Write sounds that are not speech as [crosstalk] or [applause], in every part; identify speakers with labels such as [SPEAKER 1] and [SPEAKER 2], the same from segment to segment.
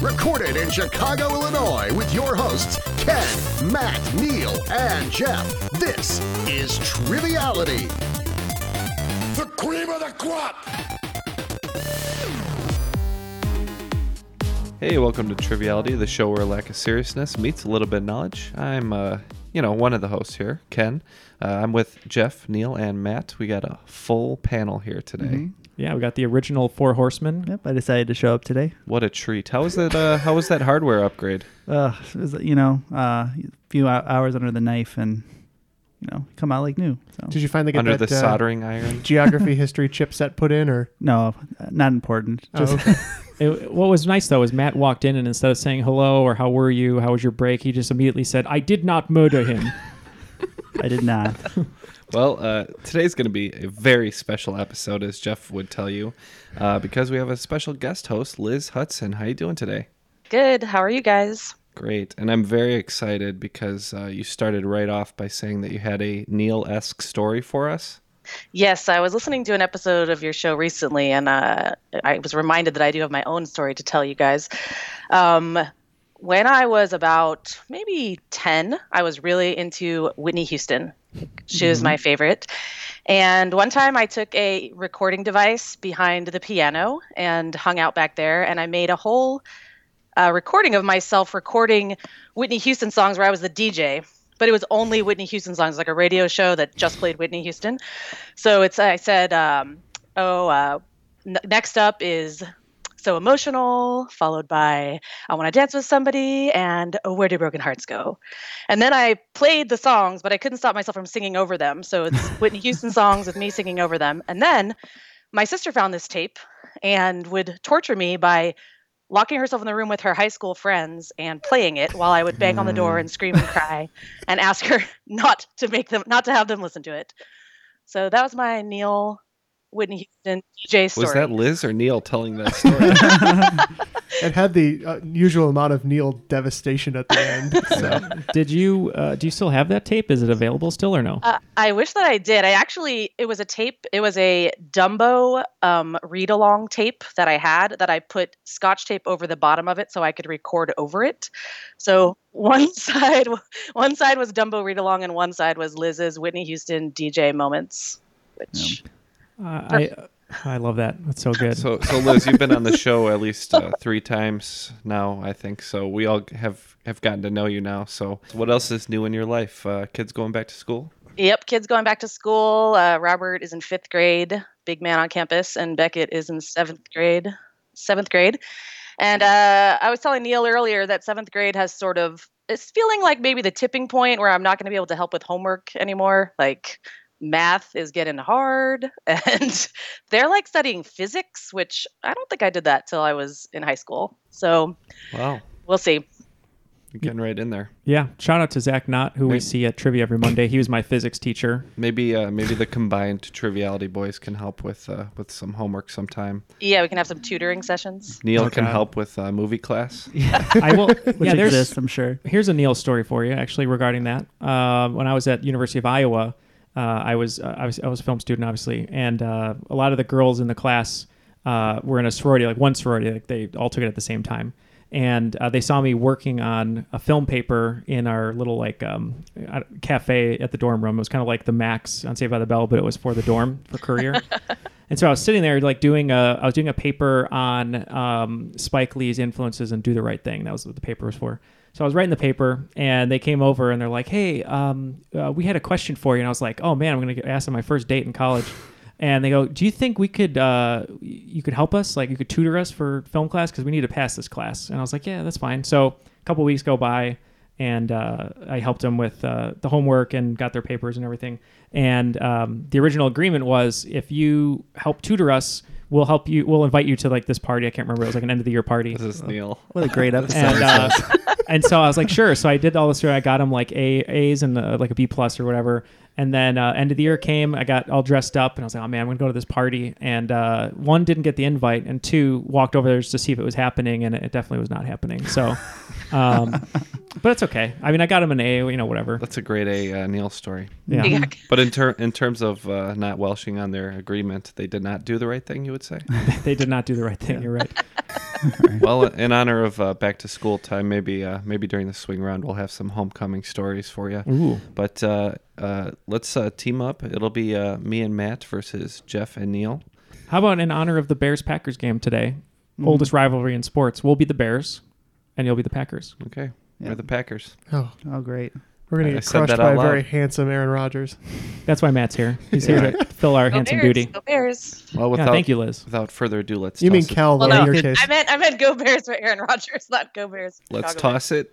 [SPEAKER 1] Recorded in Chicago, Illinois, with your hosts, Ken, Matt, Neil, and Jeff. This is Triviality. The cream of the crop!
[SPEAKER 2] Hey, welcome to Triviality, the show where lack of seriousness meets a little bit of knowledge. I'm, uh, you know, one of the hosts here, Ken. Uh, I'm with Jeff, Neil, and Matt. We got a full panel here today.
[SPEAKER 3] Yeah, we got the original Four Horsemen.
[SPEAKER 4] Mm-hmm. Yep, I decided to show up today.
[SPEAKER 2] What a treat! How was that? Uh, how was that hardware upgrade?
[SPEAKER 4] Uh, it was, you know, uh, a few hou- hours under the knife and, you know, come out like new. So
[SPEAKER 5] Did you finally get
[SPEAKER 2] Under
[SPEAKER 5] that,
[SPEAKER 2] the
[SPEAKER 5] uh,
[SPEAKER 2] soldering iron. [laughs]
[SPEAKER 5] geography history chipset put in, or
[SPEAKER 4] no, uh, not important.
[SPEAKER 5] oh,
[SPEAKER 4] Just
[SPEAKER 2] [laughs]
[SPEAKER 5] okay.
[SPEAKER 3] [laughs] It- what was nice though is Matt walked in and instead of saying hello or how were you, how was your break, he just immediately said, "I did not murder him."
[SPEAKER 4] [laughs] I did not.
[SPEAKER 2] Well, uh, today's going to be a very special episode, as Jeff would tell you, uh, because we have a special guest host, Liz Hudson. How you doing today?
[SPEAKER 6] Good. How are you guys?
[SPEAKER 2] Great, and I'm very excited because uh, you started right off by saying that you had a Neil-esque story for us.
[SPEAKER 6] Yes, I was listening to an episode of your show recently, and uh, I was reminded that I do have my own story to tell you guys. Um, when I was about maybe 10, I was really into Whitney Houston. She was my favorite. And one time I took a recording device behind the piano and hung out back there, and I made a whole uh, recording of myself recording Whitney Houston songs where I was the DJ. But it was only Whitney Houston songs, like a radio show that just played Whitney Houston. So it's I said, um, oh, uh, n- next up is so emotional, followed by I want to dance with somebody and oh, where do broken hearts go? And then I played the songs, but I couldn't stop myself from singing over them. So it's
[SPEAKER 2] [laughs]
[SPEAKER 6] Whitney Houston songs with me singing over them. And then my sister found this tape and would torture me by locking herself in the room with her high school friends and playing it while I would bang on the door and scream and
[SPEAKER 2] Hmm.
[SPEAKER 6] cry and ask her [laughs] not to make them not to have them listen to it. So that was my Neil Whitney Houston DJ story.
[SPEAKER 2] Was that Liz or Neil telling that story?
[SPEAKER 5] it had the uh, usual amount of Neil devastation at the end. So
[SPEAKER 3] [laughs] did you? Uh, do you still have that tape? Is it available still or no?
[SPEAKER 6] Uh, I wish that I did. I actually, it was a tape. It was a Dumbo um, read along tape that I had that I put scotch tape over the bottom of it so I could record over it. So [laughs] one side, one side was Dumbo read along, and one side was Liz's Whitney Houston DJ moments. Which
[SPEAKER 3] Uh, I I love that. That's so good.
[SPEAKER 2] So, so Liz, you've been on
[SPEAKER 3] [laughs]
[SPEAKER 2] the show at least uh, three times now, I think. So we all have have gotten to know you now. So, what else is new in your life? Uh, kids going back to school?
[SPEAKER 6] yep, kids going back to school. Uh, Robert is in fifth grade, big man on campus, and Beckett is in seventh grade. Seventh grade. And uh, I was telling Neil earlier that seventh grade has sort of it's feeling like maybe the tipping point where I'm not going to be able to help with homework anymore. Like math is getting hard, [laughs] and they're like studying physics, which I don't think I did that till I was in high school. So
[SPEAKER 2] Wow,
[SPEAKER 6] we'll see.
[SPEAKER 2] you're getting right in there.
[SPEAKER 3] yeah, shout out to Zach Knott, who we see at trivia every Monday. He was my physics teacher.
[SPEAKER 2] Maybe uh, maybe the combined triviality boys can help with uh, with some homework sometime.
[SPEAKER 6] Yeah, we can have some tutoring sessions.
[SPEAKER 2] Neil can help with uh, movie class.
[SPEAKER 3] I will.
[SPEAKER 4] Which
[SPEAKER 3] Oh, [laughs] yeah, there's
[SPEAKER 4] exists, I'm sure.
[SPEAKER 3] here's a Neil story for you, actually, regarding that. Uh, when I was at University of Iowa, uh, I was uh, I was I was a film student, obviously, and uh, a lot of the girls in the class uh, were in a sorority, like one sorority, like they all took it at the same time. and uh, they saw me working on a film paper in our little like um, uh, cafe at the dorm room. It was kind of like the Max on Saved by the Bell, but it was for the dorm for Courier. and so I was sitting there like doing a I was doing a paper on um, Spike Lee's influences and Do the Right Thing. That was what the paper was for. So I was writing the paper, and they came over and they're like, "Hey, um, uh, we had a question for you." And I was like, "Oh man, I'm gonna get asked on my first date in
[SPEAKER 4] [laughs]
[SPEAKER 3] college." And they go, "Do you think we could, uh, you could help us? Like, you could tutor us for film class because we need to pass this class." And I was like, "Yeah, that's fine." So a couple weeks go by, and uh, I helped them with uh, the homework and got their papers and everything. And um, the original agreement was, if you help tutor us, we'll help you. We'll invite you to like this party. I can't remember. It was like an end of the year party
[SPEAKER 2] This is Neil.
[SPEAKER 4] Oh. What a great episode.
[SPEAKER 3] [laughs] and uh, and so I was like, sure. So I did all this. through. I got him like a A's and uh like a B plus or whatever. And then uh, end of the year came. I got all dressed up, and I was like, oh man, I'm gonna go to this party. And uh, one didn't get the invite, and two walked over there just to see if it was happening, and it definitely was not happening.
[SPEAKER 2] [laughs]
[SPEAKER 3] So, um, but it's okay. I mean, I got him an A, you know, whatever.
[SPEAKER 2] That's a great A uh, Neil story.
[SPEAKER 3] Yeah.
[SPEAKER 6] Yeah.
[SPEAKER 2] [laughs] But in ter- in terms of uh, not welshing on their agreement, they did not do the right thing. You would say.
[SPEAKER 3] they did not do the [laughs] right thing. You're right.
[SPEAKER 2] well, in honor of uh, back to school time, maybe uh, maybe during the swing round, we'll have some homecoming stories for you.
[SPEAKER 3] Ooh.
[SPEAKER 2] But uh, uh, let's uh, team up. It'll be uh, me and Matt versus Jeff and Neil.
[SPEAKER 3] How about in honor of the Bears Packers game today?
[SPEAKER 2] Mm-hmm.
[SPEAKER 3] Oldest rivalry in sports. We'll be the Bears, and you'll be the Packers.
[SPEAKER 2] Okay, we're the Packers.
[SPEAKER 5] Oh,
[SPEAKER 4] oh, great.
[SPEAKER 5] we're gonna
[SPEAKER 2] I
[SPEAKER 5] get
[SPEAKER 2] said
[SPEAKER 5] crushed
[SPEAKER 2] that
[SPEAKER 5] by
[SPEAKER 2] out
[SPEAKER 5] a very
[SPEAKER 2] loud.
[SPEAKER 5] handsome Aaron Rodgers.
[SPEAKER 3] That's why Matt's here. He's here to fill our
[SPEAKER 6] Go
[SPEAKER 3] handsome
[SPEAKER 6] Bears.
[SPEAKER 3] duty.
[SPEAKER 6] Go Bears.
[SPEAKER 2] Well, without
[SPEAKER 3] yeah, thank you, Liz.
[SPEAKER 2] Without further ado, let's
[SPEAKER 5] You mean
[SPEAKER 2] toss it-
[SPEAKER 5] Cal,
[SPEAKER 6] Well,
[SPEAKER 5] though,
[SPEAKER 6] no,
[SPEAKER 5] in your case?
[SPEAKER 6] I meant I meant Go Bears for Aaron Rodgers, not Go Bears. for
[SPEAKER 2] Let's
[SPEAKER 6] Chicago
[SPEAKER 2] toss it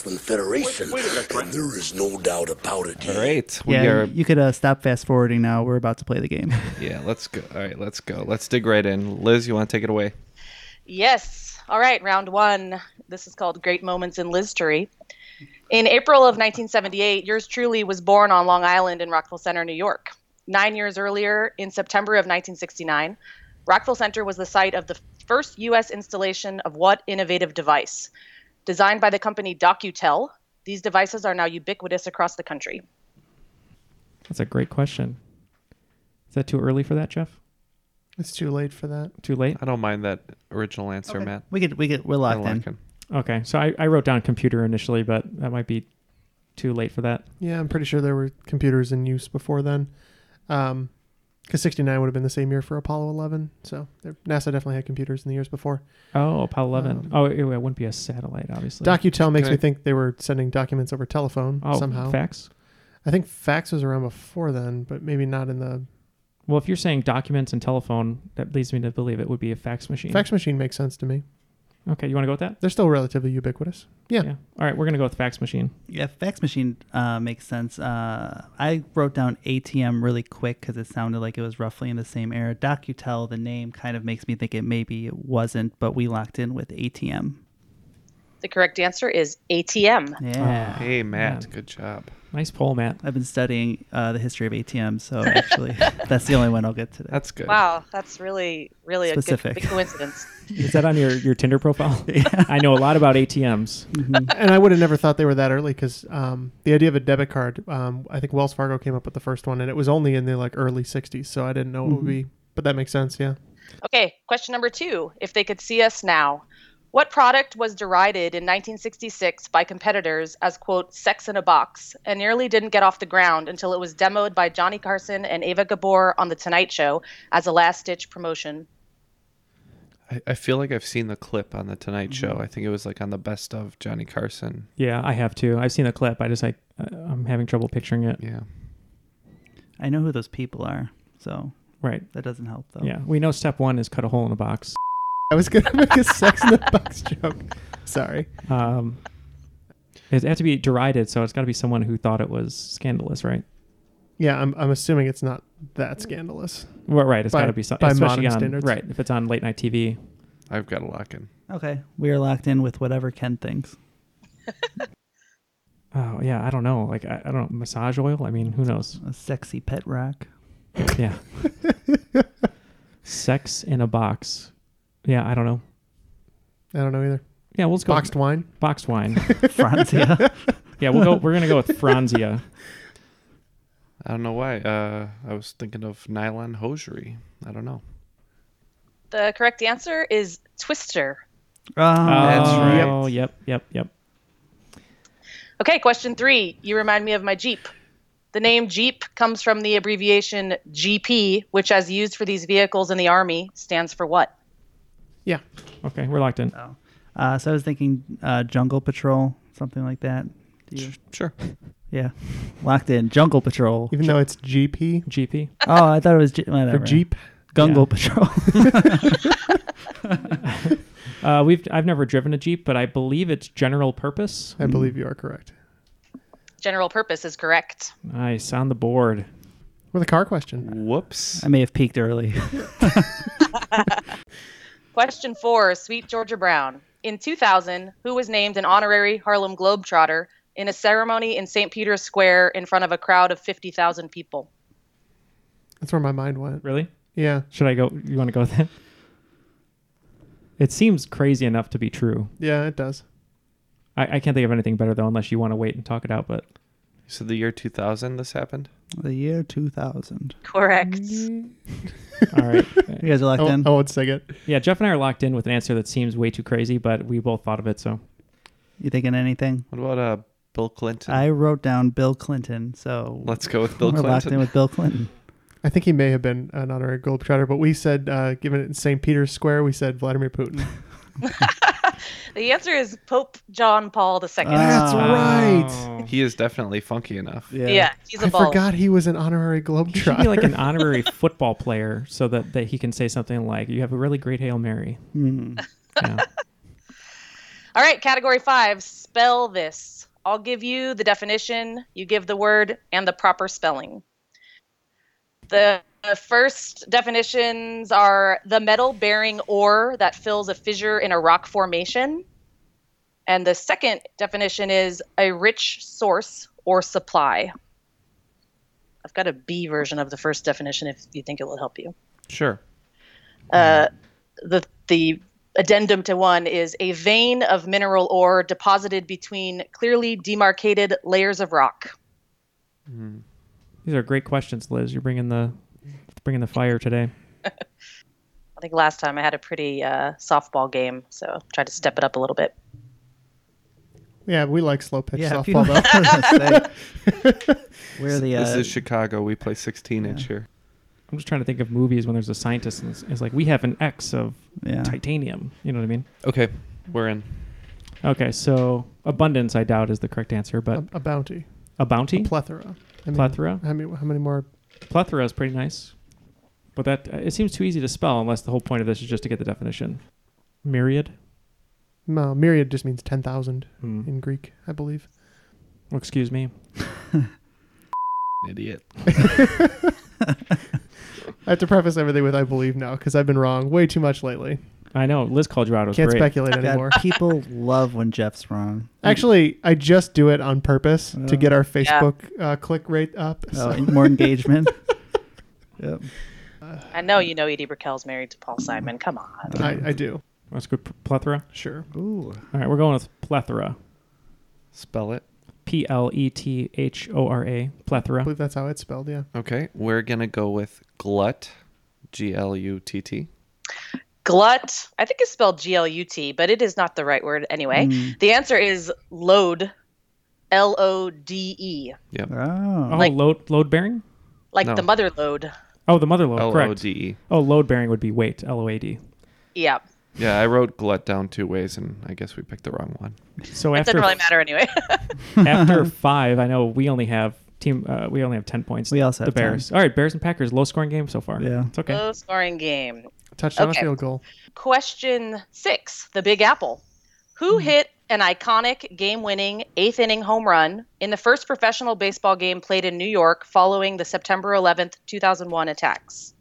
[SPEAKER 7] Federation, and there is no doubt about it.
[SPEAKER 2] All right, we
[SPEAKER 4] Yeah,
[SPEAKER 2] are.
[SPEAKER 4] you could uh, stop fast forwarding now. We're about to play the
[SPEAKER 2] [laughs]
[SPEAKER 4] game.
[SPEAKER 2] Yeah, let's go. All right, let's go. Let's dig right in. Liz, you want to take it away?
[SPEAKER 6] Yes. All right, round one. This is called Great Moments in Liztery. In April of 1978, yours truly was born on Long Island in Rockville Center, New York. Nine years earlier, in September of 1969, Rockville Center was the site of the first U.S. installation of what innovative device? Designed by the company DocuTel, these devices are now ubiquitous across the country.
[SPEAKER 3] That's a great question. Is that too early for that, Jeff?
[SPEAKER 5] It's too late for that.
[SPEAKER 3] Too late?
[SPEAKER 2] I don't mind that original answer, Matt.
[SPEAKER 4] we could, we could, we're
[SPEAKER 2] I
[SPEAKER 4] locked
[SPEAKER 2] like
[SPEAKER 4] in.
[SPEAKER 2] it.
[SPEAKER 3] Okay. So I, I wrote down computer initially, but that might be too late for that.
[SPEAKER 5] [laughs] Yeah, I'm pretty sure there were computers in use before then. Um 'cause because 69 would have been the same year for Apollo 11, so there- NASA definitely had computers in the years before. Um,
[SPEAKER 3] Oh, Apollo 11. oh, it, it wouldn't be a satellite, obviously.
[SPEAKER 5] DocuTel makes
[SPEAKER 2] Can
[SPEAKER 5] me
[SPEAKER 2] I-
[SPEAKER 5] think they were sending documents over telephone
[SPEAKER 3] oh,
[SPEAKER 5] somehow.
[SPEAKER 3] fax?
[SPEAKER 5] I think fax was around before then, but maybe not in the
[SPEAKER 3] Well, if you're saying documents and telephone, that leads me to believe it would be a fax machine.
[SPEAKER 5] fax machine. Makes sense to me.
[SPEAKER 3] Okay. You want to go with that?
[SPEAKER 5] They're still relatively ubiquitous. Yeah,
[SPEAKER 3] Yeah. All right. We're going to go with fax machine.
[SPEAKER 4] Yeah, fax machine uh, makes sense. Uh, I wrote down ATM really quick because it sounded like it was roughly in the same era. DocuTel, the name kind of makes me think it maybe it wasn't, but we locked in with ATM.
[SPEAKER 6] The correct answer is ATM.
[SPEAKER 4] Yeah.
[SPEAKER 2] Hey, Matt, good job.
[SPEAKER 3] Nice poll, Matt.
[SPEAKER 4] I've been studying uh, the history of ATM, so actually, [laughs] that's the only one I'll get today.
[SPEAKER 2] That's good.
[SPEAKER 6] Wow, that's really, really a good,
[SPEAKER 4] Specific.
[SPEAKER 6] big coincidence.
[SPEAKER 3] [laughs]
[SPEAKER 6] [laughs]
[SPEAKER 3] Is that on your, your Tinder
[SPEAKER 2] [laughs]
[SPEAKER 3] profile? I know a lot about ATMs.
[SPEAKER 5] [laughs] and I would have never thought they were that early because um, the idea of a debit card. Um, I think Wells Fargo came up with the first one, and it was only in the like early 60s, so I didn't know it would be. But that makes sense. Yeah.
[SPEAKER 6] Okay, question number two. If they could see us now, what product was derided in 1966 by competitors as, quote, sex in a box and nearly didn't get off the ground until it was demoed by Johnny Carson and Ava Gabor on The Tonight Show as a last ditch promotion?
[SPEAKER 2] I, I feel like I've seen the clip on the Tonight Show.
[SPEAKER 3] Mm-hmm.
[SPEAKER 2] I think it was like on the best of Johnny Carson.
[SPEAKER 3] Yeah, I have too. I've seen the clip. I just like uh, I'm having trouble picturing it.
[SPEAKER 2] Yeah.
[SPEAKER 4] I know who those people are, so
[SPEAKER 3] Right.
[SPEAKER 4] that doesn't help though.
[SPEAKER 3] Yeah. We know step one is cut a hole in a box.
[SPEAKER 5] I was gonna make a Sex in the Box joke. Sorry.
[SPEAKER 3] Um, it had to be derided, so it's got to be someone who thought it was scandalous, right?
[SPEAKER 5] Yeah, I'm, I'm assuming it's not that scandalous.
[SPEAKER 3] Well, right. It's
[SPEAKER 5] By-
[SPEAKER 3] got to be something.
[SPEAKER 5] by
[SPEAKER 3] especially
[SPEAKER 5] modern
[SPEAKER 3] on,
[SPEAKER 5] standards.
[SPEAKER 3] Right. If it's on late night TV.
[SPEAKER 2] I've got a lock in.
[SPEAKER 4] Okay, we are locked in with whatever Ken thinks.
[SPEAKER 3] Oh yeah, I don't know. Like I, I don't know, massage oil. I mean, who knows?
[SPEAKER 4] A sexy pet rock.
[SPEAKER 5] [laughs]
[SPEAKER 3] Yeah. Sex in a box. Yeah, I don't know.
[SPEAKER 5] I don't know either.
[SPEAKER 3] Yeah, we'll just go
[SPEAKER 5] Boxed wine.
[SPEAKER 3] boxed wine.
[SPEAKER 4] Franzia.
[SPEAKER 3] [laughs] yeah, we'll go. We're gonna go with
[SPEAKER 5] [laughs]
[SPEAKER 3] Franzia.
[SPEAKER 2] [laughs] I don't know why. Uh, I was thinking of nylon hosiery. I don't know.
[SPEAKER 6] The correct answer is Twister.
[SPEAKER 4] Ah,
[SPEAKER 2] That's right.
[SPEAKER 3] Oh, yep, yep, yep.
[SPEAKER 6] Okay, question three. You remind me of my Jeep. The name Jeep comes from the abbreviation GP, which, as used for these vehicles in the Army, stands for what?
[SPEAKER 5] Yeah.
[SPEAKER 3] Okay, we're locked in.
[SPEAKER 4] Uh, so I was thinking uh, Jungle Patrol, something like that. Do you-
[SPEAKER 2] Sure.
[SPEAKER 4] Yeah, locked in Jungle Patrol.
[SPEAKER 5] Even though it's GP
[SPEAKER 3] GP.
[SPEAKER 4] Oh, I thought it was G-
[SPEAKER 5] for
[SPEAKER 4] whatever.
[SPEAKER 5] Jeep.
[SPEAKER 4] Gungle Patrol. [laughs]
[SPEAKER 3] [laughs] Uh, we've I've never driven a Jeep, but I believe it's general purpose.
[SPEAKER 5] I believe you are correct.
[SPEAKER 6] General purpose is correct.
[SPEAKER 3] Nice on the board.
[SPEAKER 5] With a car question.
[SPEAKER 2] Whoops.
[SPEAKER 4] I may have peaked early.
[SPEAKER 6] Question four Sweet Georgia Brown. In 2000, who was named an honorary Harlem Globetrotter in a ceremony in St. Peter's Square in front of a crowd of 50,000 people?
[SPEAKER 5] [laughs] That's where my mind went.
[SPEAKER 3] Really?
[SPEAKER 5] [laughs] Yeah.
[SPEAKER 3] Should I go? You want to go with that? It seems crazy enough to be true.
[SPEAKER 5] Yeah, it does.
[SPEAKER 3] I, I can't think of anything better though, unless you want to wait and talk it out. But
[SPEAKER 2] So the year 2000 this happened?
[SPEAKER 4] the year 2000.
[SPEAKER 6] Correct.
[SPEAKER 3] [laughs] all right, [laughs]
[SPEAKER 4] You guys are locked
[SPEAKER 5] I,
[SPEAKER 4] in.
[SPEAKER 5] won't- I won't sing it.
[SPEAKER 3] yeah, Jeff and I are locked in with an answer that seems way too crazy, but we both thought of it. So
[SPEAKER 4] You thinking anything?
[SPEAKER 2] What about uh, Bill Clinton?
[SPEAKER 4] I wrote down Bill Clinton, so
[SPEAKER 2] Let's go with Bill
[SPEAKER 4] we're locked in
[SPEAKER 2] Clinton.
[SPEAKER 4] with Bill
[SPEAKER 3] [laughs]
[SPEAKER 4] Clinton.
[SPEAKER 5] I think he may have been an honorary Globetrotter, but we said, uh, given it in St. Peter's Square, we said Vladimir
[SPEAKER 4] [laughs]
[SPEAKER 5] Putin.
[SPEAKER 6] The answer is Pope John Paul II.
[SPEAKER 4] Ah.
[SPEAKER 5] That's
[SPEAKER 2] Ah,
[SPEAKER 5] right.
[SPEAKER 3] Oh.
[SPEAKER 2] He is definitely funky enough.
[SPEAKER 6] yeah. he's a
[SPEAKER 5] I
[SPEAKER 6] baller.
[SPEAKER 5] forgot he was an honorary
[SPEAKER 3] He should be
[SPEAKER 5] Globetrotter.
[SPEAKER 3] like
[SPEAKER 5] [laughs]
[SPEAKER 3] an honorary football player so that, that he can say something like, You have a really great Hail Mary.
[SPEAKER 4] Hmm.
[SPEAKER 3] [laughs] Yeah.
[SPEAKER 6] All right, category five spell this. I'll give you the definition, you give the word, and the proper spelling. The the first definitions are the metal bearing ore that fills a fissure in a rock formation. And the second definition is a rich source or supply. I've got a B version of the first definition if you think it will help you
[SPEAKER 2] Sure.
[SPEAKER 6] Uh, the the addendum to one is a vein of mineral ore deposited between clearly demarcated layers of rock.
[SPEAKER 3] These are great questions, Liz. You're bringing the bringing the fire today.
[SPEAKER 6] I think last time I had a pretty uh, softball game, so try to step it up a little bit.
[SPEAKER 5] [laughs] yeah, we like slow pitch
[SPEAKER 4] Yeah, if you
[SPEAKER 5] softball,
[SPEAKER 4] don't- I
[SPEAKER 5] though.
[SPEAKER 4] was gonna
[SPEAKER 5] [laughs]
[SPEAKER 4] say, We're the uh,
[SPEAKER 2] This is Chicago. We play 16 inch here.
[SPEAKER 3] I'm just trying to think of movies when there's a scientist and it's, it's like, We have an X of
[SPEAKER 4] yeah.
[SPEAKER 3] titanium. You know what I mean?
[SPEAKER 2] Okay, we're in. [laughs]
[SPEAKER 3] Okay, so abundance, I doubt, is the correct answer, but
[SPEAKER 5] A, a bounty.
[SPEAKER 3] a bounty?
[SPEAKER 5] Plethora. I mean,
[SPEAKER 3] Plethora?
[SPEAKER 5] How many, how many more?
[SPEAKER 3] Plethora is pretty nice. But that uh, it seems too easy to spell unless the whole point of this is just to get the definition. Myriad?
[SPEAKER 5] No, myriad just means 10,000
[SPEAKER 3] Hmm.
[SPEAKER 5] in Greek, I believe.
[SPEAKER 4] [laughs]
[SPEAKER 3] Excuse me.
[SPEAKER 2] Idiot.
[SPEAKER 5] [laughs] I have to preface everything with I believe now because I've been wrong way too much lately.
[SPEAKER 3] I know. Liz called you out. It was
[SPEAKER 5] Can't
[SPEAKER 3] great.
[SPEAKER 5] speculate
[SPEAKER 4] God,
[SPEAKER 2] [laughs]
[SPEAKER 5] anymore.
[SPEAKER 4] people love when Jeff's wrong.
[SPEAKER 5] Actually, I just do it on purpose to get our
[SPEAKER 6] Yeah.
[SPEAKER 5] Facebook uh, click rate up.
[SPEAKER 4] Oh,
[SPEAKER 5] So.
[SPEAKER 4] and more engagement. Yep.
[SPEAKER 6] I know you know Edie Brickell's married to Paul Simon. Come on.
[SPEAKER 5] I, I do.
[SPEAKER 3] That's good. P- Plethora.
[SPEAKER 5] Sure.
[SPEAKER 4] Ooh.
[SPEAKER 3] All right, we're going with plethora.
[SPEAKER 2] Spell it.
[SPEAKER 3] P L E T H O R A.
[SPEAKER 5] I
[SPEAKER 3] Plethora.
[SPEAKER 5] believe that's how it's spelled, yeah.
[SPEAKER 2] Okay, we're going to go with glut. G L U T T.
[SPEAKER 6] Glut, I think it's spelled G L U T, but it is not the right word anyway.
[SPEAKER 5] Hmm.
[SPEAKER 6] The answer is load, L O D E,
[SPEAKER 3] Oh,
[SPEAKER 4] Oh.
[SPEAKER 3] load load bearing.
[SPEAKER 6] like
[SPEAKER 2] No.
[SPEAKER 6] the mother load.
[SPEAKER 3] Oh, the mother load.
[SPEAKER 2] L O
[SPEAKER 3] correct.
[SPEAKER 2] D E.
[SPEAKER 3] Oh, load bearing would be weight. L O A D.
[SPEAKER 6] Yeah,
[SPEAKER 2] Yeah, I wrote glut down two ways, and I guess we picked the wrong one.
[SPEAKER 3] So
[SPEAKER 6] it
[SPEAKER 3] after
[SPEAKER 6] doesn't really matter anyway.
[SPEAKER 3] [laughs]
[SPEAKER 4] [laughs]
[SPEAKER 3] after five, I know we only have team. Uh, we only have ten points.
[SPEAKER 4] We also
[SPEAKER 3] the
[SPEAKER 4] have 10.
[SPEAKER 3] Bears. All right, Bears and Packers. Low scoring game so far.
[SPEAKER 4] Yeah.
[SPEAKER 3] it's okay.
[SPEAKER 6] Low scoring game.
[SPEAKER 5] Touchdown
[SPEAKER 6] Okay.
[SPEAKER 5] field goal.
[SPEAKER 6] Question six The Big Apple. Who
[SPEAKER 5] Hmm.
[SPEAKER 6] hit an iconic game winning eighth inning home run in the first professional baseball game played in New York following the September 11th, 2001 attacks?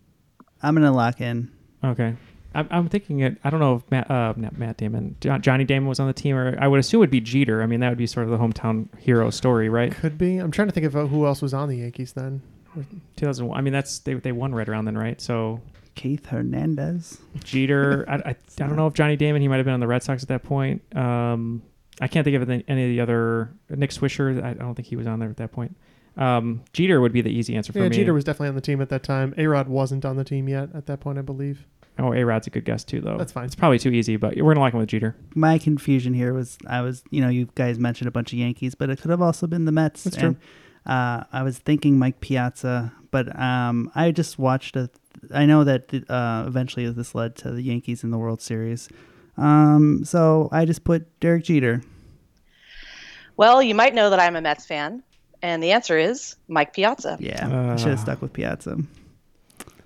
[SPEAKER 4] I'm gonna lock in.
[SPEAKER 3] Okay, I'm, I'm thinking it. I don't know if Matt, uh, not Matt Damon, Jo- Johnny Damon was on the team, or I would assume it would be Jeter. I mean, that would be sort of the hometown hero story, right?
[SPEAKER 5] Could [laughs] be. I'm trying to think of uh, who else was on the Yankees then.
[SPEAKER 3] 2001. I mean, that's they, they won right around then, right? So
[SPEAKER 4] Keith Hernandez. [laughs]
[SPEAKER 3] Jeter. I, I, I don't know if Johnny Damon. He might have been on the Red Sox at that point. Um, I can't think of any any of the other Nick Swisher. I don't think he was on there at that point. Um, Jeter would be the easy answer for
[SPEAKER 5] yeah,
[SPEAKER 3] me.
[SPEAKER 5] Jeter was definitely on the team at that time. A Rod wasn't on the team yet at that point, I believe.
[SPEAKER 3] Oh, A Rod's a good guess too, though.
[SPEAKER 5] That's fine.
[SPEAKER 3] It's probably too easy, but we're gonna like him with Jeter.
[SPEAKER 4] My confusion here was I was, you know, you guys mentioned a bunch of Yankees, but it could have also been the Mets.
[SPEAKER 3] That's
[SPEAKER 4] and, Uh, I was thinking Mike Piazza, but um, I just watched a. I know that uh, eventually this led to the Yankees in the World Series. Um, so I just put Derek Jeter.
[SPEAKER 6] Well, you might know that I'm a Mets fan, and the answer is Mike Piazza.
[SPEAKER 4] Yeah,
[SPEAKER 3] Uh.
[SPEAKER 4] I should have stuck with Piazza.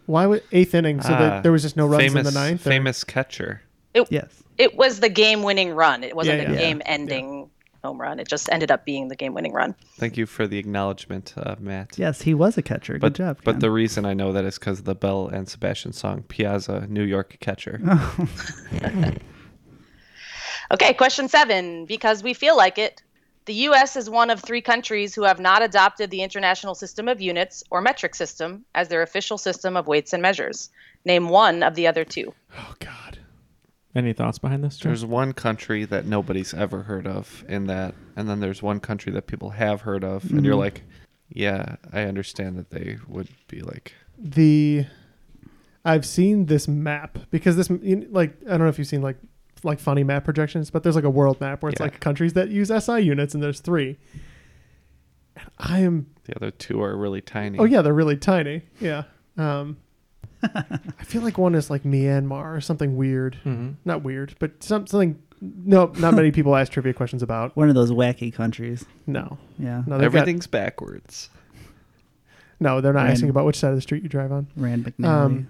[SPEAKER 5] Why would eighth inning? So
[SPEAKER 2] Ah,
[SPEAKER 5] that there was just no runs in
[SPEAKER 2] famous,
[SPEAKER 5] the ninth. or-
[SPEAKER 2] Famous catcher.
[SPEAKER 4] Yes.
[SPEAKER 6] It was the game-winning run. It wasn't
[SPEAKER 5] Yeah,
[SPEAKER 6] the
[SPEAKER 5] yeah.
[SPEAKER 6] game-ending home run. It just ended up being the game-winning run.
[SPEAKER 2] Thank you for the acknowledgement, uh, Matt.
[SPEAKER 4] Yes, he was a catcher.
[SPEAKER 2] But,
[SPEAKER 4] Good job.
[SPEAKER 2] but
[SPEAKER 4] Ken.
[SPEAKER 2] the reason I know that is because the Bell and Sebastian song Piazza, New York
[SPEAKER 5] [laughs]
[SPEAKER 2] catcher.
[SPEAKER 5] Oh.
[SPEAKER 2] [laughs]
[SPEAKER 6] Okay, question seven. Because we feel like it, the U.S. is one of three countries who have not adopted the International System of Units or metric system as their official system of weights and measures. Name one of the other two. [laughs]
[SPEAKER 5] oh God.
[SPEAKER 3] Any thoughts behind this? Drew?
[SPEAKER 2] There's one country that nobody's ever heard of in that, and then there's one country that people have heard of, and
[SPEAKER 5] Mm-hmm.
[SPEAKER 2] you're like, yeah, I understand that they would be like,
[SPEAKER 5] the I've seen this map because this you- like I don't know if you've seen like like funny map projections, but there's like a world map where it's
[SPEAKER 2] Yeah.
[SPEAKER 5] like countries that use SI units and there's three. And I am
[SPEAKER 2] the other two are really tiny.
[SPEAKER 5] oh yeah, they're really tiny. Yeah.
[SPEAKER 4] [laughs]
[SPEAKER 5] Um I feel like one is like Myanmar or something weird.
[SPEAKER 4] Mm-hmm.
[SPEAKER 5] Not weird, but some, something no, not many people ask trivia questions about.
[SPEAKER 4] one of those wacky countries.
[SPEAKER 5] No.
[SPEAKER 4] Yeah.
[SPEAKER 5] No, they've got-
[SPEAKER 2] Everything's backwards.
[SPEAKER 5] no, they're not
[SPEAKER 4] Rand-
[SPEAKER 5] asking about which side of the street you drive on.
[SPEAKER 4] Rand McNally.
[SPEAKER 5] Um,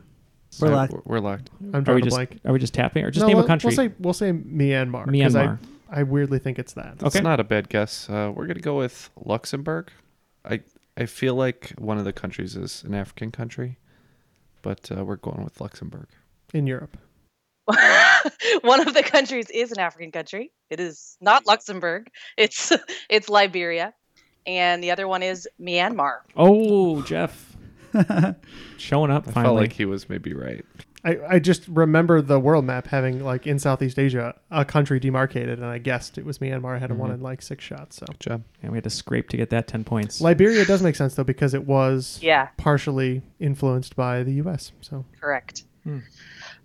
[SPEAKER 2] Sorry,
[SPEAKER 4] locked.
[SPEAKER 2] We're locked.
[SPEAKER 5] I'm
[SPEAKER 3] Are we
[SPEAKER 5] drawing a
[SPEAKER 3] just
[SPEAKER 5] blank.
[SPEAKER 3] are we just tapping or just
[SPEAKER 5] No,
[SPEAKER 3] name a
[SPEAKER 5] we'll-
[SPEAKER 3] country?
[SPEAKER 5] We'll say we'll say Myanmar. 'cause
[SPEAKER 3] Myanmar.
[SPEAKER 5] I, I weirdly think it's that.
[SPEAKER 2] It's
[SPEAKER 3] Okay.
[SPEAKER 2] not a bad guess. Uh, we're gonna go with Luxembourg. I I feel like one of the countries is an African country, but uh, we're going with Luxembourg.
[SPEAKER 5] in Europe.
[SPEAKER 6] one of the countries is an African country. It is not Luxembourg. It's [laughs] it's Liberia, and the other one is Myanmar.
[SPEAKER 3] oh, Jeff, showing up
[SPEAKER 2] I felt
[SPEAKER 3] finally.
[SPEAKER 2] like he was maybe right.
[SPEAKER 5] I, I just remember the world map having like in Southeast Asia a country demarcated, and I guessed it was Myanmar. I
[SPEAKER 4] Mm-hmm.
[SPEAKER 5] had one in like six shots. So
[SPEAKER 2] Good job.
[SPEAKER 3] and we had to scrape to get that ten points.
[SPEAKER 5] Liberia does make sense though because it was
[SPEAKER 6] Yeah.
[SPEAKER 5] partially influenced by the U.S. So
[SPEAKER 6] Correct.
[SPEAKER 3] Hmm.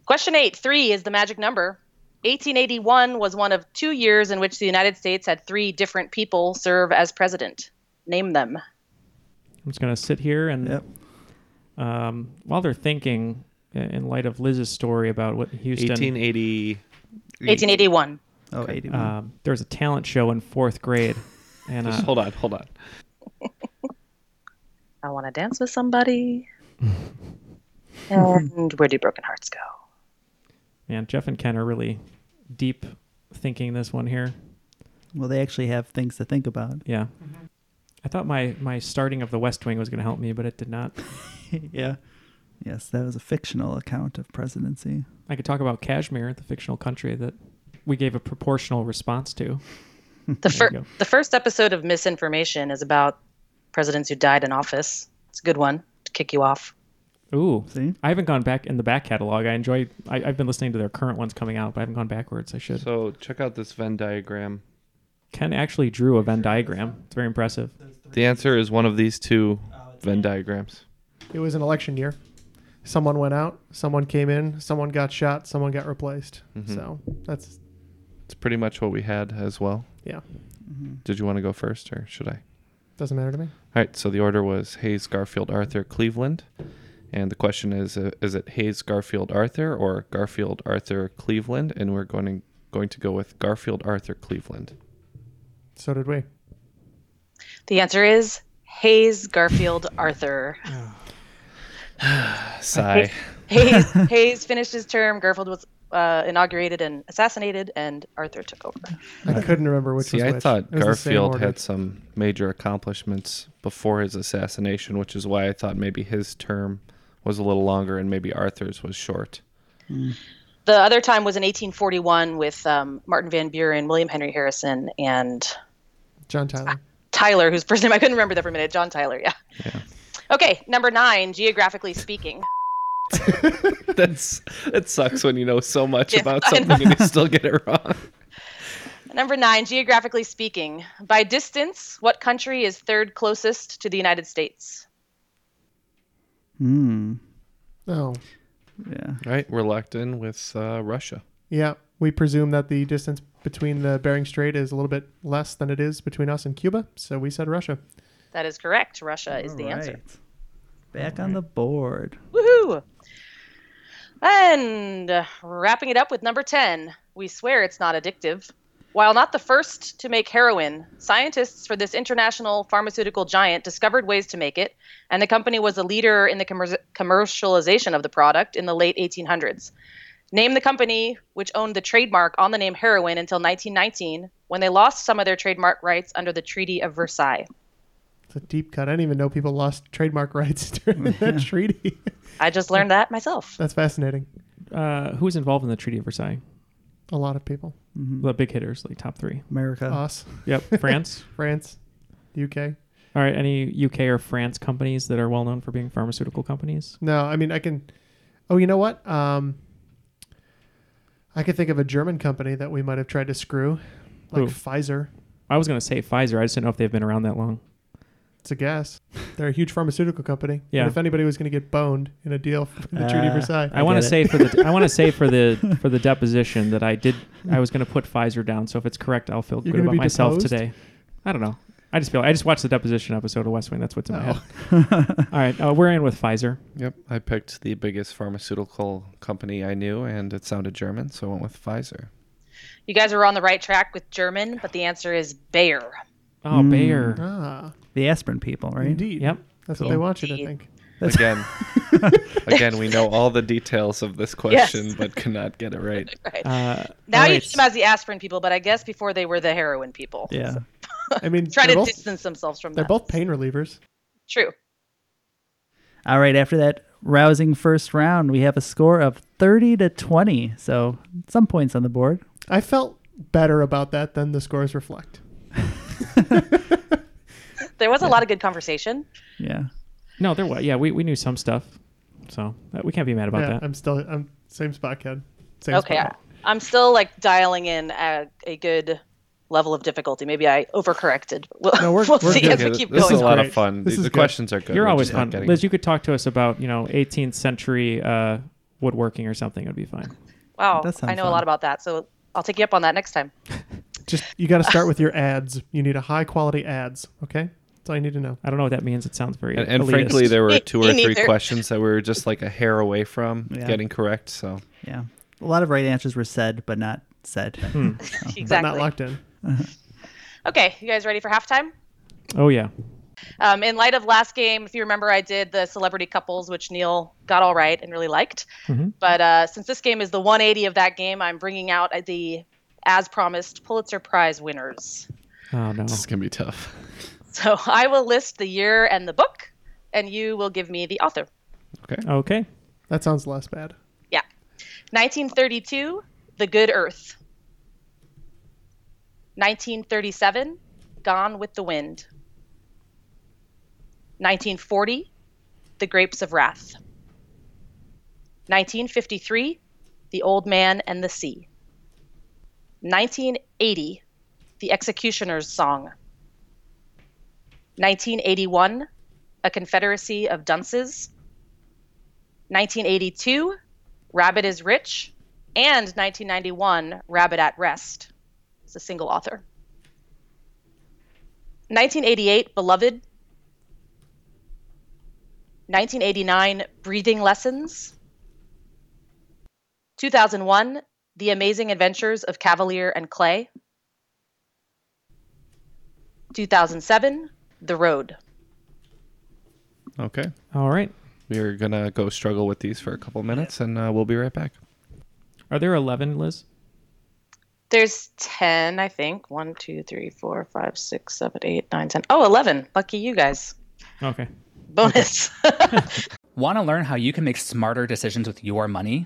[SPEAKER 6] Question eight three is the magic number. 1881 was one of two years in which the United States had three different people serve as president. Name them.
[SPEAKER 3] I'm just gonna sit here and
[SPEAKER 4] Yep.
[SPEAKER 3] um, while they're thinking, i- in light of Liz's story about what Houston,
[SPEAKER 2] 1880.
[SPEAKER 6] 1881.
[SPEAKER 4] oh, 81.
[SPEAKER 3] um, there was a talent show in
[SPEAKER 4] [laughs]
[SPEAKER 3] fourth grade, and
[SPEAKER 2] Just
[SPEAKER 3] uh,
[SPEAKER 2] hold on, hold on.
[SPEAKER 6] I want to dance
[SPEAKER 3] [laughs]
[SPEAKER 6] with somebody. and where do broken hearts go?
[SPEAKER 3] man, Jeff and Ken are really deep thinking this one here.
[SPEAKER 4] well, they actually have things to think about.
[SPEAKER 3] Yeah.
[SPEAKER 6] Mm-hmm.
[SPEAKER 3] I thought my, my starting of the West Wing was going to help me, but it did not.
[SPEAKER 4] [laughs] yeah. Yes, that was a fictional account of presidency.
[SPEAKER 3] I could talk about Kashmir, the fictional country that we gave a proportional response to.
[SPEAKER 6] [laughs] The,
[SPEAKER 3] There
[SPEAKER 6] fir-
[SPEAKER 3] you go.
[SPEAKER 6] the first episode of Misinformation is about presidents who died in office. It's a good one to kick you off.
[SPEAKER 3] Ooh.
[SPEAKER 4] See?
[SPEAKER 3] I haven't gone back in the back catalog. I enjoy, I, I've been listening to their current ones coming out, but I haven't gone backwards. I should.
[SPEAKER 2] So check out this Venn diagram.
[SPEAKER 3] Ken actually drew a Venn diagram. It's very impressive.
[SPEAKER 2] The answer is one of these two Venn diagrams.
[SPEAKER 5] it was an election year. Someone went out, someone came in, someone got shot, someone got replaced.
[SPEAKER 3] Mm-hmm.
[SPEAKER 5] So that's
[SPEAKER 2] It's pretty much what we had as well.
[SPEAKER 5] yeah,
[SPEAKER 2] Did you want to go first, or should I?
[SPEAKER 5] doesn't matter to me.
[SPEAKER 2] All right, so the order was Hayes, Garfield, Arthur, Cleveland. And the question is uh, is it Hayes, Garfield, Arthur or Garfield, Arthur, Cleveland? And we're going to, going to go with Garfield, Arthur, Cleveland.
[SPEAKER 5] So did we.
[SPEAKER 6] The answer is Hayes, Garfield, Arthur.
[SPEAKER 2] Sigh.
[SPEAKER 6] Hayes, Hayes finished his term. Garfield was uh, inaugurated and assassinated, and Arthur took over.
[SPEAKER 5] I couldn't remember which
[SPEAKER 2] See,
[SPEAKER 5] was
[SPEAKER 2] I
[SPEAKER 5] which.
[SPEAKER 2] thought
[SPEAKER 5] It was the same
[SPEAKER 2] Garfield
[SPEAKER 5] order.
[SPEAKER 2] had some major accomplishments before his assassination, which is why I thought maybe his term was a little longer and maybe Arthur's was short.
[SPEAKER 6] The other time was in 1841 with um, Martin Van Buren, William Henry Harrison, and
[SPEAKER 5] John Tyler.
[SPEAKER 6] Tyler, whose first name I couldn't remember that for a minute. John Tyler, yeah. Okay, number nine, geographically speaking.
[SPEAKER 2] [laughs] That's it sucks when you know so much
[SPEAKER 6] Yeah,
[SPEAKER 2] about
[SPEAKER 6] I
[SPEAKER 2] something and you still get it wrong.
[SPEAKER 6] Number nine, geographically speaking. By distance, what country is third closest to the United States?
[SPEAKER 4] Hmm.
[SPEAKER 5] Oh,
[SPEAKER 4] Yeah.
[SPEAKER 2] Right, we're locked in with uh, Russia.
[SPEAKER 5] yeah. We presume that the distance between the Bering Strait is a little bit less than it is between us and Cuba, so we said Russia.
[SPEAKER 6] That is correct. Russia is the answer.
[SPEAKER 4] Right. Back on the board.
[SPEAKER 6] Woohoo! And uh, wrapping it up with number 10, we swear it's not addictive. While not the first to make heroin, scientists for this international pharmaceutical giant discovered ways to make it, and the company was a leader in the commer- commercialization of the product in the late 1800s. Name the company which owned the trademark on the name heroin until 1919, when they lost some of their trademark rights under the Treaty of Versailles.
[SPEAKER 5] It's a deep cut. I didn't even know people lost trademark [laughs] rights during [laughs]
[SPEAKER 4] [laughs]
[SPEAKER 5] that treaty. [laughs]
[SPEAKER 6] I just learned that myself.
[SPEAKER 5] That's fascinating.
[SPEAKER 3] Uh, who was involved in the Treaty of Versailles?
[SPEAKER 5] A lot of people.
[SPEAKER 3] The big hitters, like top three.
[SPEAKER 4] America.
[SPEAKER 5] [laughs] Us,
[SPEAKER 3] Yep, France.
[SPEAKER 5] France, UK.
[SPEAKER 3] All right, any UK or France companies that are well known for being pharmaceutical companies?
[SPEAKER 5] No, I mean I can. Oh, you know what? Um, I could think of a German company that we might have tried to screw, like
[SPEAKER 3] Who?
[SPEAKER 5] Pfizer.
[SPEAKER 3] I was going to say Pfizer. I just didn't know if they've been around that long.
[SPEAKER 5] It's a
[SPEAKER 3] [laughs]
[SPEAKER 5] guess. They're a huge pharmaceutical company.
[SPEAKER 3] Yeah.
[SPEAKER 5] And if anybody was going to get boned in a deal for the Treaty of
[SPEAKER 4] Uh,
[SPEAKER 5] Versailles,
[SPEAKER 3] I, want
[SPEAKER 4] get
[SPEAKER 3] to
[SPEAKER 4] it.
[SPEAKER 3] say for [laughs] the I want to say for
[SPEAKER 5] [laughs]
[SPEAKER 3] the for the deposition that I did I was going to put Pfizer down. So if it's correct, I'll feel
[SPEAKER 5] You're
[SPEAKER 3] good
[SPEAKER 5] gonna
[SPEAKER 3] about
[SPEAKER 5] be
[SPEAKER 3] myself
[SPEAKER 5] deposed?
[SPEAKER 3] today. I don't know. I just feel I just watched the deposition episode of West Wing. That's what's in my head.
[SPEAKER 2] [laughs]
[SPEAKER 3] All right, uh, we're in with Pfizer.
[SPEAKER 2] Yep, I picked the biggest pharmaceutical company I knew, and it sounded German, so I went with Pfizer.
[SPEAKER 6] You guys were on the right track with German, but the answer is Bayer.
[SPEAKER 3] Oh, Bayer.
[SPEAKER 5] ah,
[SPEAKER 4] The aspirin people, right?
[SPEAKER 5] indeed.
[SPEAKER 3] Yep.
[SPEAKER 5] That's what they want you to think.
[SPEAKER 3] [laughs]
[SPEAKER 2] Again, again, we know all the details of this question, but cannot get it right.
[SPEAKER 6] [laughs] Right.
[SPEAKER 3] Uh,
[SPEAKER 6] now
[SPEAKER 3] all
[SPEAKER 6] you
[SPEAKER 3] right.
[SPEAKER 6] see them as the aspirin people, but I guess before they were the heroin people.
[SPEAKER 4] Yeah.
[SPEAKER 6] [laughs]
[SPEAKER 5] I mean,
[SPEAKER 6] Try
[SPEAKER 5] they're,
[SPEAKER 6] to
[SPEAKER 5] both,
[SPEAKER 6] distance themselves from
[SPEAKER 5] they're
[SPEAKER 6] that.
[SPEAKER 5] both pain relievers.
[SPEAKER 6] True.
[SPEAKER 4] All right. After that rousing first round, we have a score of 30 to 20. So some points on the board.
[SPEAKER 5] I felt better about that than the scores reflect.
[SPEAKER 6] There was a lot of good conversation.
[SPEAKER 4] Yeah.
[SPEAKER 3] No, there was. Yeah, we, we knew some stuff, so uh, we can't be mad about
[SPEAKER 5] yeah,
[SPEAKER 3] that.
[SPEAKER 5] I'm still I'm same spot, kid. Same
[SPEAKER 6] Okay.
[SPEAKER 5] spot.
[SPEAKER 6] I, am still like dialing in a, a good level of difficulty. Maybe I overcorrected. [laughs] We'll,
[SPEAKER 5] No, we're-
[SPEAKER 6] we'll
[SPEAKER 5] we're
[SPEAKER 6] see
[SPEAKER 5] good.
[SPEAKER 6] as
[SPEAKER 2] Okay,
[SPEAKER 6] we keep
[SPEAKER 2] this
[SPEAKER 6] going.
[SPEAKER 2] is a lot
[SPEAKER 5] Great.
[SPEAKER 2] of fun.
[SPEAKER 5] This
[SPEAKER 2] The,
[SPEAKER 5] is
[SPEAKER 2] the
[SPEAKER 5] good.
[SPEAKER 2] questions are good.
[SPEAKER 3] You're
[SPEAKER 2] We're
[SPEAKER 3] always
[SPEAKER 2] just not
[SPEAKER 3] fun,
[SPEAKER 2] getting
[SPEAKER 3] Liz.
[SPEAKER 2] it.
[SPEAKER 3] You could talk to us about you know 18th century uh, woodworking or something. It would be fine.
[SPEAKER 6] wow.
[SPEAKER 4] That sounds
[SPEAKER 6] I know a
[SPEAKER 4] fun.
[SPEAKER 6] lot about that. So I'll take you up on that next time.
[SPEAKER 5] Just you got to start with your ads. You need a high quality ads. Okay, that's all you need to know.
[SPEAKER 3] I don't know what that means. It sounds very
[SPEAKER 2] and, and
[SPEAKER 3] elitist.
[SPEAKER 2] frankly, there were
[SPEAKER 6] Me
[SPEAKER 2] two or three
[SPEAKER 6] neither.
[SPEAKER 2] questions that we were just like a hair away from
[SPEAKER 4] Yeah.
[SPEAKER 2] getting correct. So
[SPEAKER 4] Yeah. A lot of right answers were said, but not said. [laughs]
[SPEAKER 5] Hmm.
[SPEAKER 3] [laughs]
[SPEAKER 5] But
[SPEAKER 6] exactly.
[SPEAKER 5] Not locked in.
[SPEAKER 6] okay. You guys ready for halftime?
[SPEAKER 3] oh yeah,
[SPEAKER 6] Um, in light of last game, if you remember, I did the celebrity couples, which Neil got all right and really liked.
[SPEAKER 5] Mm-hmm.
[SPEAKER 6] But uh, since this game is the 180 of that game, I'm bringing out the, as promised, Pulitzer Prize winners.
[SPEAKER 3] oh no.
[SPEAKER 2] this is gonna be tough.
[SPEAKER 6] So [laughs] I will list the year and the book, and you will give me the author.
[SPEAKER 3] Okay.
[SPEAKER 5] That sounds less bad.
[SPEAKER 6] Yeah. 1932, The Good Earth. 1937, Gone with the Wind. 1940, The Grapes of Wrath. 1953, The Old Man and the Sea. 1980, The Executioner's Song. 1981, A Confederacy of Dunces. 1982, Rabbit is Rich, and 1991, Rabbit at Rest. It's a single author. 1988, Beloved. 1989, Breathing Lessons. 2001, The Amazing Adventures of Cavalier and Clay. 2007, The Road.
[SPEAKER 2] Okay,
[SPEAKER 3] All right.
[SPEAKER 2] we're gonna go struggle with these for a couple minutes, and uh, we'll be right back.
[SPEAKER 3] Are there 11, Liz?
[SPEAKER 6] There's 10, I think. 1, 2, 3, 4, 5, 6, 7, 8, 9, 10. Oh, 11. Lucky you guys.
[SPEAKER 3] Okay.
[SPEAKER 6] Bonus. [laughs]
[SPEAKER 8] Want to learn how you can make smarter decisions with your money?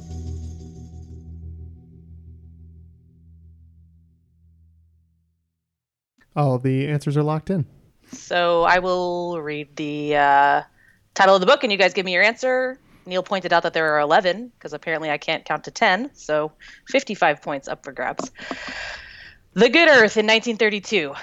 [SPEAKER 5] All Oh, the answers are locked in.
[SPEAKER 6] So I will read the uh, title of the book, and you guys give me your answer. Neil pointed out that there are 11 because apparently I can't count to 10, so 55 points up for grabs. The Good Earth in 1932.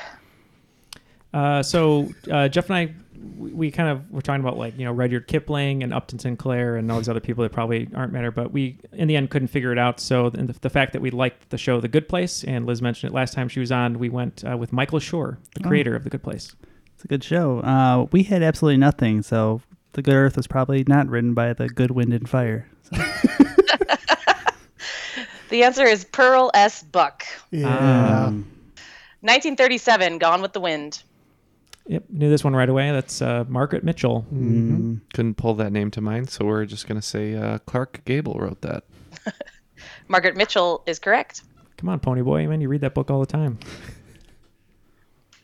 [SPEAKER 3] Uh, so uh, Jeff and I, we, we kind of were talking about like you know Rudyard Kipling and Upton Sinclair and all these other people that probably aren't matter, but we in the end couldn't figure it out. So the, the fact that we liked the show The Good Place and Liz mentioned it last time she was on, we went uh, with Michael Shore, the
[SPEAKER 4] Oh.
[SPEAKER 3] creator of The Good Place.
[SPEAKER 4] It's a good show. Uh, we had absolutely nothing, so The Good Earth was probably not written by the good wind and fire.
[SPEAKER 6] The answer is Pearl S. Buck.
[SPEAKER 4] Yeah.
[SPEAKER 6] 1937, Gone with the Wind.
[SPEAKER 3] Yep, knew this one right away. That's uh, Margaret Mitchell.
[SPEAKER 4] Mm-hmm.
[SPEAKER 2] Mm-hmm. Couldn't pull that name to mind, so we're just gonna say uh, Clark Gable wrote that.
[SPEAKER 6] Margaret Mitchell is correct.
[SPEAKER 3] Come on, Pony Boy, man, you read that book all the time.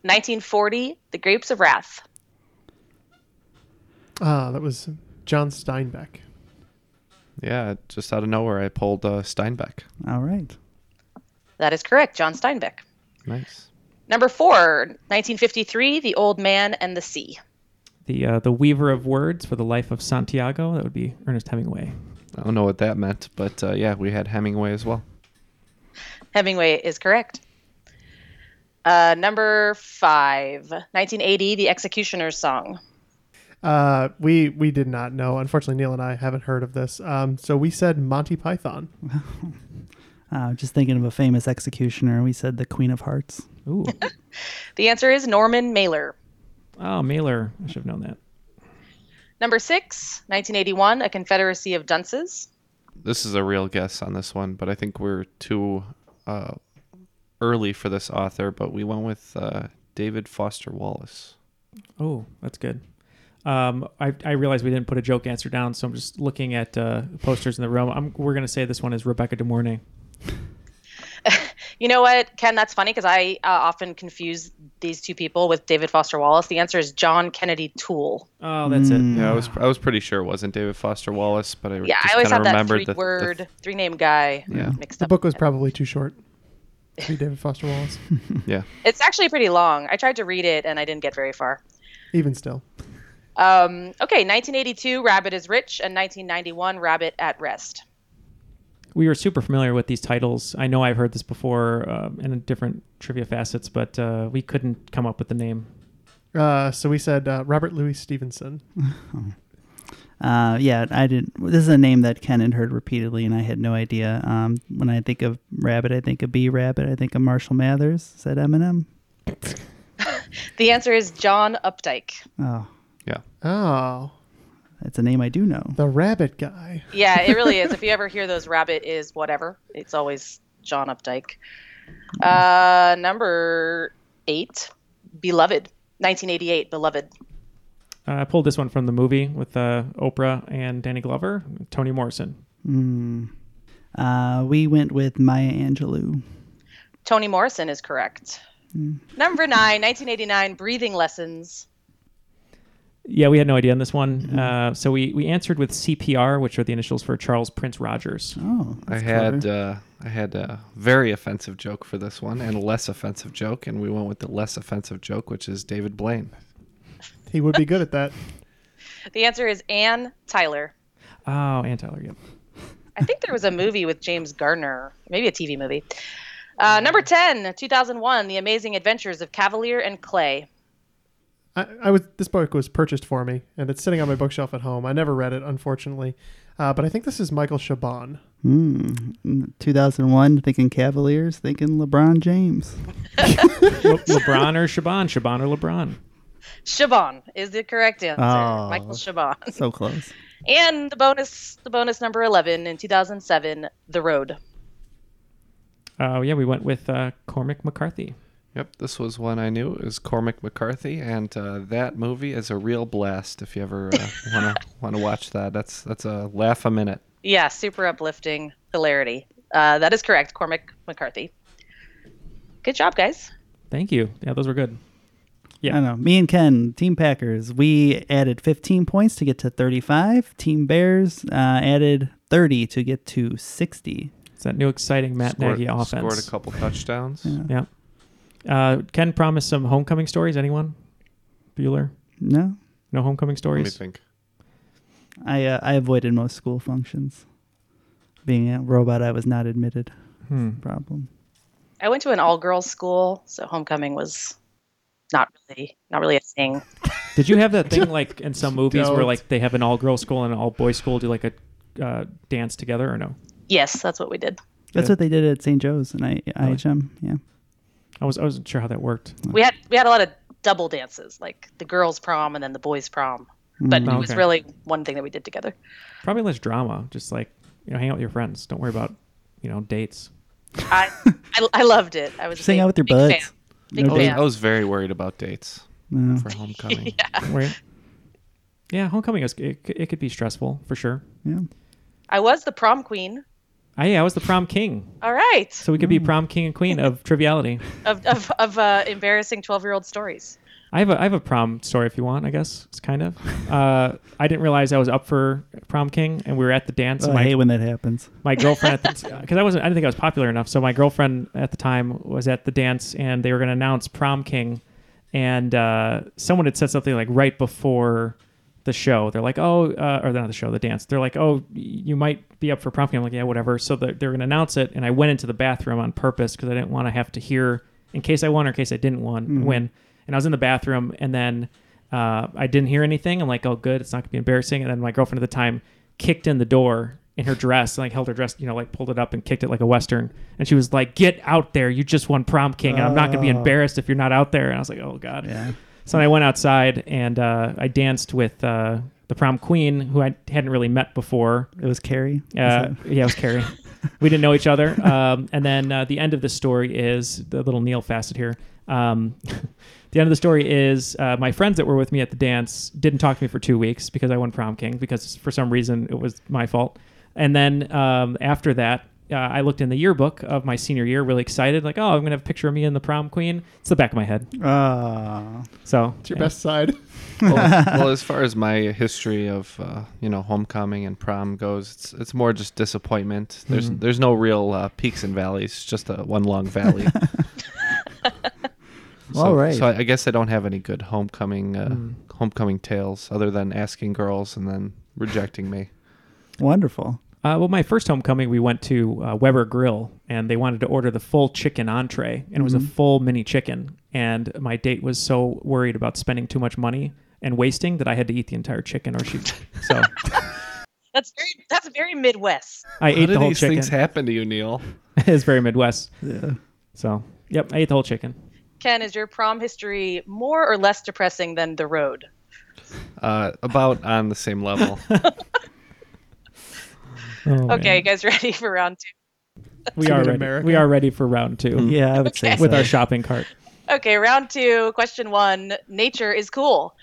[SPEAKER 6] 1940, The Grapes of Wrath.
[SPEAKER 5] Ah, that was John Steinbeck.
[SPEAKER 2] Yeah, just out of nowhere, I pulled uh, Steinbeck.
[SPEAKER 4] All right.
[SPEAKER 6] That is correct, John Steinbeck.
[SPEAKER 2] Nice.
[SPEAKER 6] Number four, 1953, The Old Man and the Sea.
[SPEAKER 3] The uh, the Weaver of Words for the Life of Santiago. That would be Ernest Hemingway.
[SPEAKER 2] I don't know what that meant, but uh, yeah, we had Hemingway as well.
[SPEAKER 6] Hemingway is correct. Uh, number five, 1980, The Executioner's Song.
[SPEAKER 5] Uh, we we did not know. Unfortunately, Neil and I haven't heard of this. Um, so we said Monty Python.
[SPEAKER 4] Uh, just thinking of a famous executioner. We said the Queen of Hearts.
[SPEAKER 5] [laughs]
[SPEAKER 3] Ooh.
[SPEAKER 6] The answer is Norman Mailer.
[SPEAKER 3] Oh, Mailer. I should have known that.
[SPEAKER 6] Number six, 1981, A Confederacy of Dunces.
[SPEAKER 2] This is a real guess on this one, but I think we're too uh, early for this author. But we went with uh, David Foster Wallace.
[SPEAKER 3] Oh, that's good. Um, I, I realized we didn't put a joke answer down, so I'm just looking at uh, posters in the room. I'm, we're going to say this one is Rebecca De Mornay.
[SPEAKER 6] You know what, Ken? That's funny because I uh, often confuse these two people with David Foster Wallace. The answer is John Kennedy Toole.
[SPEAKER 3] Oh, that's
[SPEAKER 5] Mm.
[SPEAKER 3] it.
[SPEAKER 2] Yeah, I was I was pretty sure it wasn't David Foster Wallace, but I
[SPEAKER 6] Yeah,
[SPEAKER 2] just
[SPEAKER 6] I always
[SPEAKER 2] kinda
[SPEAKER 6] have that
[SPEAKER 2] remembered
[SPEAKER 6] three
[SPEAKER 2] the- the-
[SPEAKER 6] word, three name guy
[SPEAKER 2] Yeah.
[SPEAKER 6] mixed
[SPEAKER 5] The
[SPEAKER 6] up.
[SPEAKER 5] book was probably too short. To be David Foster Wallace.
[SPEAKER 2] yeah,
[SPEAKER 6] It's actually pretty long. I tried to read it and I didn't get very far.
[SPEAKER 5] Even still,
[SPEAKER 6] Um, okay, 1982, Rabbit is Rich, and 1991, Rabbit at Rest.
[SPEAKER 3] We were super familiar with these titles. I know I've heard this before um, in different trivia facets, but uh, we couldn't come up with the name.
[SPEAKER 5] uh, so we said uh, Robert Louis Stevenson.
[SPEAKER 4] Uh, yeah, I didn't. This is a name that Ken had heard repeatedly, and I had no idea. Um, when I think of Rabbit, I think of B Rabbit. I think of Marshall Mathers. Said Eminem.
[SPEAKER 6] The answer is John Updike.
[SPEAKER 4] Oh,
[SPEAKER 2] yeah.
[SPEAKER 5] Oh,
[SPEAKER 4] that's a name I do know.
[SPEAKER 5] The Rabbit guy.
[SPEAKER 6] Yeah, it really is. If you ever hear those rabbit is whatever, it's always John Updike. Uh, number eight, Beloved, 1988, Beloved.
[SPEAKER 3] Uh, I pulled this one from the movie with uh, Oprah and Danny Glover, Toni Morrison.
[SPEAKER 4] Mm. Uh, we went with Maya Angelou.
[SPEAKER 6] Toni Morrison is correct.
[SPEAKER 4] Mm.
[SPEAKER 6] Number nine, 1989, Breathing Lessons.
[SPEAKER 3] Yeah, we had no idea on this one.
[SPEAKER 4] Mm-hmm.
[SPEAKER 3] Uh, so we, we answered with CPR, which are the initials for Charles Prince Rogers.
[SPEAKER 4] Oh,
[SPEAKER 2] I had uh, I had a very offensive joke for this one and a less offensive joke, and we went with the less offensive joke, which is David Blaine.
[SPEAKER 5] He would be good at
[SPEAKER 2] [laughs]
[SPEAKER 5] that.
[SPEAKER 6] The answer is Ann Tyler.
[SPEAKER 3] Oh, Ann Tyler, yep.
[SPEAKER 6] I think there was a movie with James Garner, maybe a TV movie. Uh, number 10, 2001, The Amazing Adventures of Cavalier and Clay.
[SPEAKER 5] I, I was this book was purchased for me, and it's sitting on my bookshelf at home. I never read it, unfortunately, uh, but I think this is Michael Chabon.
[SPEAKER 4] Mm. 2001, thinking Cavaliers, thinking LeBron James.
[SPEAKER 3] [laughs] Le- LeBron or Shaban, Shaban or LeBron.
[SPEAKER 6] Chabon is the correct answer.
[SPEAKER 3] Oh.
[SPEAKER 6] Michael Chabon.
[SPEAKER 4] So close.
[SPEAKER 6] And the bonus, the bonus number 11 in 2007, The Road.
[SPEAKER 3] Uh, yeah, we went with uh, Cormac McCarthy.
[SPEAKER 2] Yep, this was one I knew. It was Cormac McCarthy, and uh, that movie is a real blast. If you ever
[SPEAKER 6] [laughs]
[SPEAKER 2] uh, wanna wanna watch that, that's that's a laugh a minute.
[SPEAKER 6] Yeah, super uplifting hilarity. Uh, that is correct, Cormac McCarthy. Good job, guys.
[SPEAKER 3] Thank you. Yeah, those were good.
[SPEAKER 4] Yeah. I know. Me and Ken, Team Packers, we added 15 points to get to 35. Team Bears uh, added 30 to get to 60.
[SPEAKER 3] It's that new exciting Matt
[SPEAKER 2] Scored-
[SPEAKER 3] Nagy offense.
[SPEAKER 2] Scored a couple touchdowns.
[SPEAKER 3] Yeah. Uh, Ken promised some homecoming stories. Anyone? Bueller?
[SPEAKER 4] No.
[SPEAKER 3] No homecoming
[SPEAKER 2] Let me
[SPEAKER 3] stories?
[SPEAKER 2] think.
[SPEAKER 4] I uh, I avoided most school functions. Being a robot, I was not admitted.
[SPEAKER 3] Hmm.
[SPEAKER 4] Problem.
[SPEAKER 6] I went to an all-girls school, so homecoming was not really not really a thing.
[SPEAKER 3] Did you have that thing like
[SPEAKER 4] [laughs]
[SPEAKER 3] in some movies where
[SPEAKER 6] Don't.
[SPEAKER 3] like they have an all girl school and an all boy school do like a uh, dance together or no?
[SPEAKER 6] Yes, that's what we did.
[SPEAKER 4] That's
[SPEAKER 3] Yeah.
[SPEAKER 4] what they did at St. Joe's and I, IHM. Yeah.
[SPEAKER 3] I was I wasn't sure how that worked.
[SPEAKER 6] We had we had a lot of double dances, like the girls' prom and then the boys' prom. But
[SPEAKER 3] Mm.
[SPEAKER 6] it was
[SPEAKER 3] Okay.
[SPEAKER 6] really one thing that we did together.
[SPEAKER 3] Probably less drama. Just like you know, hang out with your friends. Don't worry about you know dates.
[SPEAKER 6] I I, I loved it. I was
[SPEAKER 3] Just hang out with your
[SPEAKER 6] big fan.
[SPEAKER 3] buds.
[SPEAKER 6] Big
[SPEAKER 2] I, was,
[SPEAKER 6] fan.
[SPEAKER 2] I was very worried about dates
[SPEAKER 4] No.
[SPEAKER 2] for
[SPEAKER 6] [laughs]
[SPEAKER 2] homecoming.
[SPEAKER 3] Where- yeah, homecoming is it, c- it could be stressful for sure.
[SPEAKER 4] Yeah.
[SPEAKER 6] I was the prom queen.
[SPEAKER 3] I, yeah, I was the prom king,
[SPEAKER 6] All right.
[SPEAKER 3] so we could be prom king and queen of triviality.
[SPEAKER 6] of of, of uh, embarrassing twelve-year-old stories.
[SPEAKER 3] I have a I have a prom story if you want. I guess it's
[SPEAKER 4] [laughs]
[SPEAKER 3] kind of. Uh, I didn't realize I was up for prom king, and we were at the dance.
[SPEAKER 4] Oh,
[SPEAKER 3] and
[SPEAKER 4] I
[SPEAKER 3] my-
[SPEAKER 4] hate when that happens. [laughs]
[SPEAKER 3] my girlfriend because I wasn't I didn't think I was popular enough. So my girlfriend at the time was at the dance and they were going to announce prom king, and uh, someone had said something like right before the show. They're like, oh, uh, or not the show, the dance. They're like, oh, you might be up for prom king. I'm like, yeah, whatever. So they're, they're going to announce it, and I went into the bathroom on purpose because I didn't want to have to hear in case I won or in case I didn't won
[SPEAKER 4] Mhm.
[SPEAKER 3] win. And I was in the bathroom, and then uh, I didn't hear anything. I'm like, oh, good, it's not gonna be embarrassing. And then my girlfriend at the time kicked in the door in her dress, and like held her dress, you know, like pulled it up and kicked it like a western. And she was like, "Get out there! You just won prom king, and I'm not gonna be
[SPEAKER 4] Oh.
[SPEAKER 3] embarrassed if you're not out there." And I was like, "Oh God."
[SPEAKER 4] Yeah.
[SPEAKER 3] So then I went outside and uh, I danced with uh, the prom queen, who I hadn't really met before.
[SPEAKER 4] It was Carrie.
[SPEAKER 3] Uh, yeah, it
[SPEAKER 4] [laughs]
[SPEAKER 3] was Carrie. we didn't know each other. Um, and then uh, the end of the story is the little Neil facet here. Um, [laughs] the end of the story is uh, my friends that were with me at the dance didn't talk to me for two weeks because I won prom king because for some reason it was my fault. And then um, after that, uh, I looked in the yearbook of my senior year, really excited, like, oh, I'm gonna have a picture of me and the prom queen. It's the back of my head.
[SPEAKER 4] Ah.
[SPEAKER 3] So
[SPEAKER 5] It's your best
[SPEAKER 3] [laughs]
[SPEAKER 5] side.
[SPEAKER 2] [laughs]
[SPEAKER 5] [laughs]
[SPEAKER 2] well, well, as far as my history of uh, you know homecoming and prom goes, it's it's more just disappointment. There's
[SPEAKER 5] Mm-hmm.
[SPEAKER 3] Mhm.
[SPEAKER 2] there's no real uh, peaks and valleys, it's just a one
[SPEAKER 5] [laughs]
[SPEAKER 2] long valley. So,
[SPEAKER 4] All right.
[SPEAKER 2] So I, I guess I don't have any good homecoming uh,
[SPEAKER 5] Hmm.
[SPEAKER 4] Mm.
[SPEAKER 2] homecoming tales other than asking girls and then rejecting me.
[SPEAKER 4] Wonderful.
[SPEAKER 3] Uh, well, my first homecoming, we went to uh, Weber Grill, and they wanted to order the full chicken entree, and it was a
[SPEAKER 4] Mhm.
[SPEAKER 3] full mini chicken. And my date was so [laughs] worried about spending too much money and wasting that I had to eat the entire chicken, or she. So
[SPEAKER 6] That's very that's very Midwest.
[SPEAKER 3] I ate the whole
[SPEAKER 2] these
[SPEAKER 3] chicken.
[SPEAKER 2] things happen to you, Neil?
[SPEAKER 3] it's very Midwest. Yeah. So, yep, I ate the whole chicken.
[SPEAKER 6] Ken, is your prom history more or less depressing than the road?
[SPEAKER 2] Uh, about on the
[SPEAKER 5] [laughs]
[SPEAKER 2] same level.
[SPEAKER 6] okay, you guys [laughs] ready for round two?
[SPEAKER 3] We
[SPEAKER 2] Too
[SPEAKER 3] are
[SPEAKER 2] in
[SPEAKER 3] ready.
[SPEAKER 2] America.
[SPEAKER 3] We are ready for round two.
[SPEAKER 4] Yeah, I would
[SPEAKER 6] say
[SPEAKER 3] with
[SPEAKER 6] so.
[SPEAKER 3] our shopping cart.
[SPEAKER 6] Okay, round two, question one Nature is cool.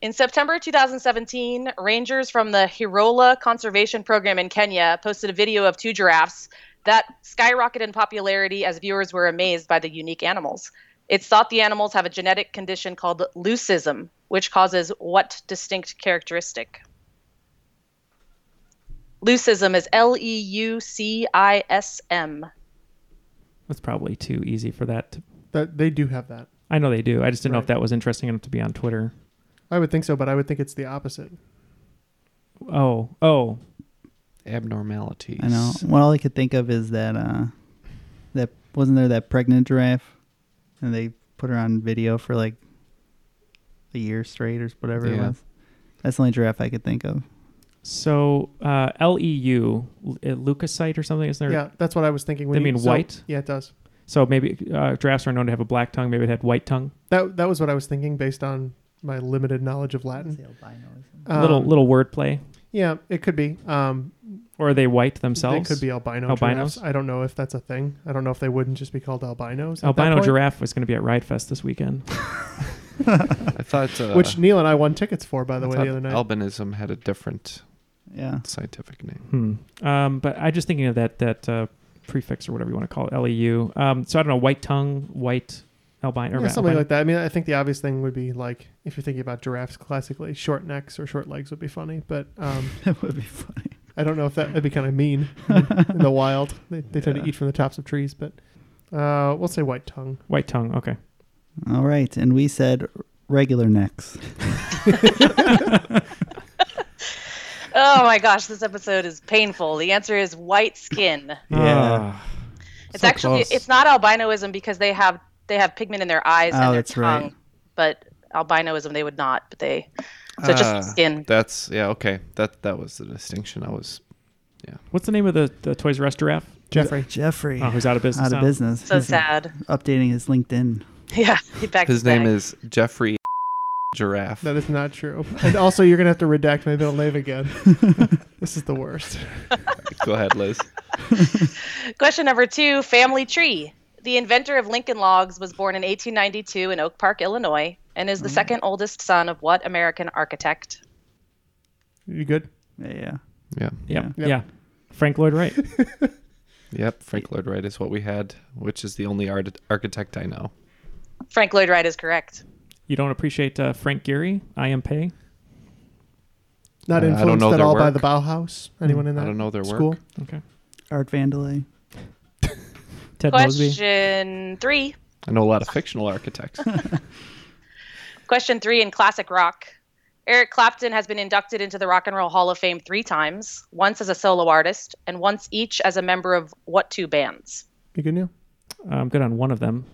[SPEAKER 6] In September 2017, rangers from the Hirola Conservation Program in Kenya posted a video of two giraffes that skyrocketed in popularity as viewers were amazed by the unique animals. It's thought the animals have a genetic condition called leucism, which causes what distinct characteristic? Leucism is L E U C I S M.
[SPEAKER 3] That's probably too easy for that. To,
[SPEAKER 5] That they do have that.
[SPEAKER 3] I know they do. I just didn't know if that was interesting enough to be on Twitter.
[SPEAKER 5] I would think so, but I would think it's the opposite.
[SPEAKER 3] Oh, oh,
[SPEAKER 2] abnormalities.
[SPEAKER 4] I know. Well, all I could think of is that uh, that wasn't there that pregnant giraffe, and they put her on video for like a year straight or whatever it
[SPEAKER 3] Yeah.
[SPEAKER 4] was. That's the only giraffe I could think of.
[SPEAKER 3] So uh, LEU, l- uh, leukocyte or something, isn't there?
[SPEAKER 5] Yeah, that's what I was thinking when
[SPEAKER 3] they
[SPEAKER 5] you-
[SPEAKER 3] mean
[SPEAKER 5] so-
[SPEAKER 3] white.
[SPEAKER 5] yeah, it does.
[SPEAKER 3] So maybe uh, giraffes are known to have a black tongue. Maybe they had white tongue.
[SPEAKER 5] That that was what I was thinking based on my limited knowledge of Latin. Um,
[SPEAKER 3] little little wordplay.
[SPEAKER 5] Yeah, it could be. Um,
[SPEAKER 3] Or are they white
[SPEAKER 5] they
[SPEAKER 3] themselves?
[SPEAKER 5] could be albino
[SPEAKER 3] Albinos.
[SPEAKER 5] giraffes. I don't know if that's a thing. I don't know if they wouldn't just be called albinos. at that
[SPEAKER 3] Albino
[SPEAKER 5] point.
[SPEAKER 3] giraffe was going to be at Ride Fest this weekend.
[SPEAKER 2] [laughs] I thought. Uh,
[SPEAKER 5] which Neil and I won tickets for, by the
[SPEAKER 2] I
[SPEAKER 5] way,
[SPEAKER 2] thought
[SPEAKER 5] the other night.
[SPEAKER 2] Albinism had a different,
[SPEAKER 4] Yeah.
[SPEAKER 2] scientific name.
[SPEAKER 3] Hmm. Um, but I just thinking of that that uh, prefix or whatever you want to call it, LEU. Um, so I don't know, white tongue, white albino, or
[SPEAKER 5] yeah, something
[SPEAKER 3] albino.
[SPEAKER 5] like that. I mean, I think the obvious thing would be like if you're thinking about giraffes classically, short necks or short legs would be funny, but
[SPEAKER 3] [laughs]
[SPEAKER 5] um,
[SPEAKER 4] that would be funny.
[SPEAKER 5] I don't know if that would be kind of mean in
[SPEAKER 3] [laughs]
[SPEAKER 5] the wild. They, they tend to
[SPEAKER 4] Yeah.
[SPEAKER 5] eat from the tops of trees, but uh, we'll say white tongue.
[SPEAKER 3] White tongue. Okay.
[SPEAKER 4] All right, and we said regular
[SPEAKER 3] [laughs]
[SPEAKER 4] necks.
[SPEAKER 6] Oh my gosh, this episode is painful. The answer is white skin.
[SPEAKER 2] Ah,
[SPEAKER 4] Yeah.
[SPEAKER 6] It's
[SPEAKER 4] So
[SPEAKER 6] actually
[SPEAKER 4] close.
[SPEAKER 6] it's not albinoism because they have they have pigment in their eyes
[SPEAKER 2] Oh,
[SPEAKER 6] and their
[SPEAKER 2] that's
[SPEAKER 6] tongue.
[SPEAKER 2] right.
[SPEAKER 6] But albinoism they would not, but they so
[SPEAKER 2] Ah,
[SPEAKER 6] just skin.
[SPEAKER 2] That's yeah. Okay. That that was the distinction. I was.
[SPEAKER 3] What's the name of the, the Toys R Us giraffe?
[SPEAKER 5] Jeffrey.
[SPEAKER 4] Jeffrey.
[SPEAKER 3] Oh, who's out of business.
[SPEAKER 4] Out of
[SPEAKER 3] now.
[SPEAKER 4] business.
[SPEAKER 6] So sad.
[SPEAKER 4] Updating his LinkedIn.
[SPEAKER 6] Yeah, [laughs] he back
[SPEAKER 2] His
[SPEAKER 6] to
[SPEAKER 2] name
[SPEAKER 6] back.
[SPEAKER 2] is Jeffrey [laughs] Giraffe.
[SPEAKER 5] That is not
[SPEAKER 2] [laughs]
[SPEAKER 5] true. And also, you're gonna have to redact my middle name
[SPEAKER 3] [laughs]
[SPEAKER 5] again. this is the worst.
[SPEAKER 2] Go ahead, Liz.
[SPEAKER 6] Question number two, family tree. The inventor of Lincoln Logs was born in 1892 in Oak Park, Illinois, and is the
[SPEAKER 2] Mm.
[SPEAKER 6] second oldest son of what American architect?
[SPEAKER 5] You good?
[SPEAKER 4] Yeah. Yeah.
[SPEAKER 2] Yeah.
[SPEAKER 3] Yep.
[SPEAKER 5] Yeah.
[SPEAKER 3] Yeah. Frank
[SPEAKER 5] [laughs]
[SPEAKER 3] Lloyd Wright.
[SPEAKER 2] Yep. Frank Lloyd Wright is what we had, which is the only art- architect I know.
[SPEAKER 6] Frank Lloyd Wright is correct.
[SPEAKER 3] you don't appreciate uh, Frank Geary. I am pay.
[SPEAKER 5] Not
[SPEAKER 2] Uh, I don't
[SPEAKER 5] influenced
[SPEAKER 2] know
[SPEAKER 5] at
[SPEAKER 2] their
[SPEAKER 5] all by
[SPEAKER 2] work.
[SPEAKER 5] the Bauhaus. Anyone in
[SPEAKER 2] I
[SPEAKER 5] that?
[SPEAKER 2] don't know their
[SPEAKER 5] school?
[SPEAKER 2] work.
[SPEAKER 3] Okay.
[SPEAKER 4] Art Vandelay.
[SPEAKER 3] Ted Mosby.
[SPEAKER 6] Question three.
[SPEAKER 2] I know a lot of fictional architects.
[SPEAKER 6] Question three in classic rock. Eric Clapton has been inducted into the Rock and Roll Hall of Fame three times, once as a solo artist, and once each as a member of what two bands?
[SPEAKER 5] You good, Neil?
[SPEAKER 3] I'm good on one of them.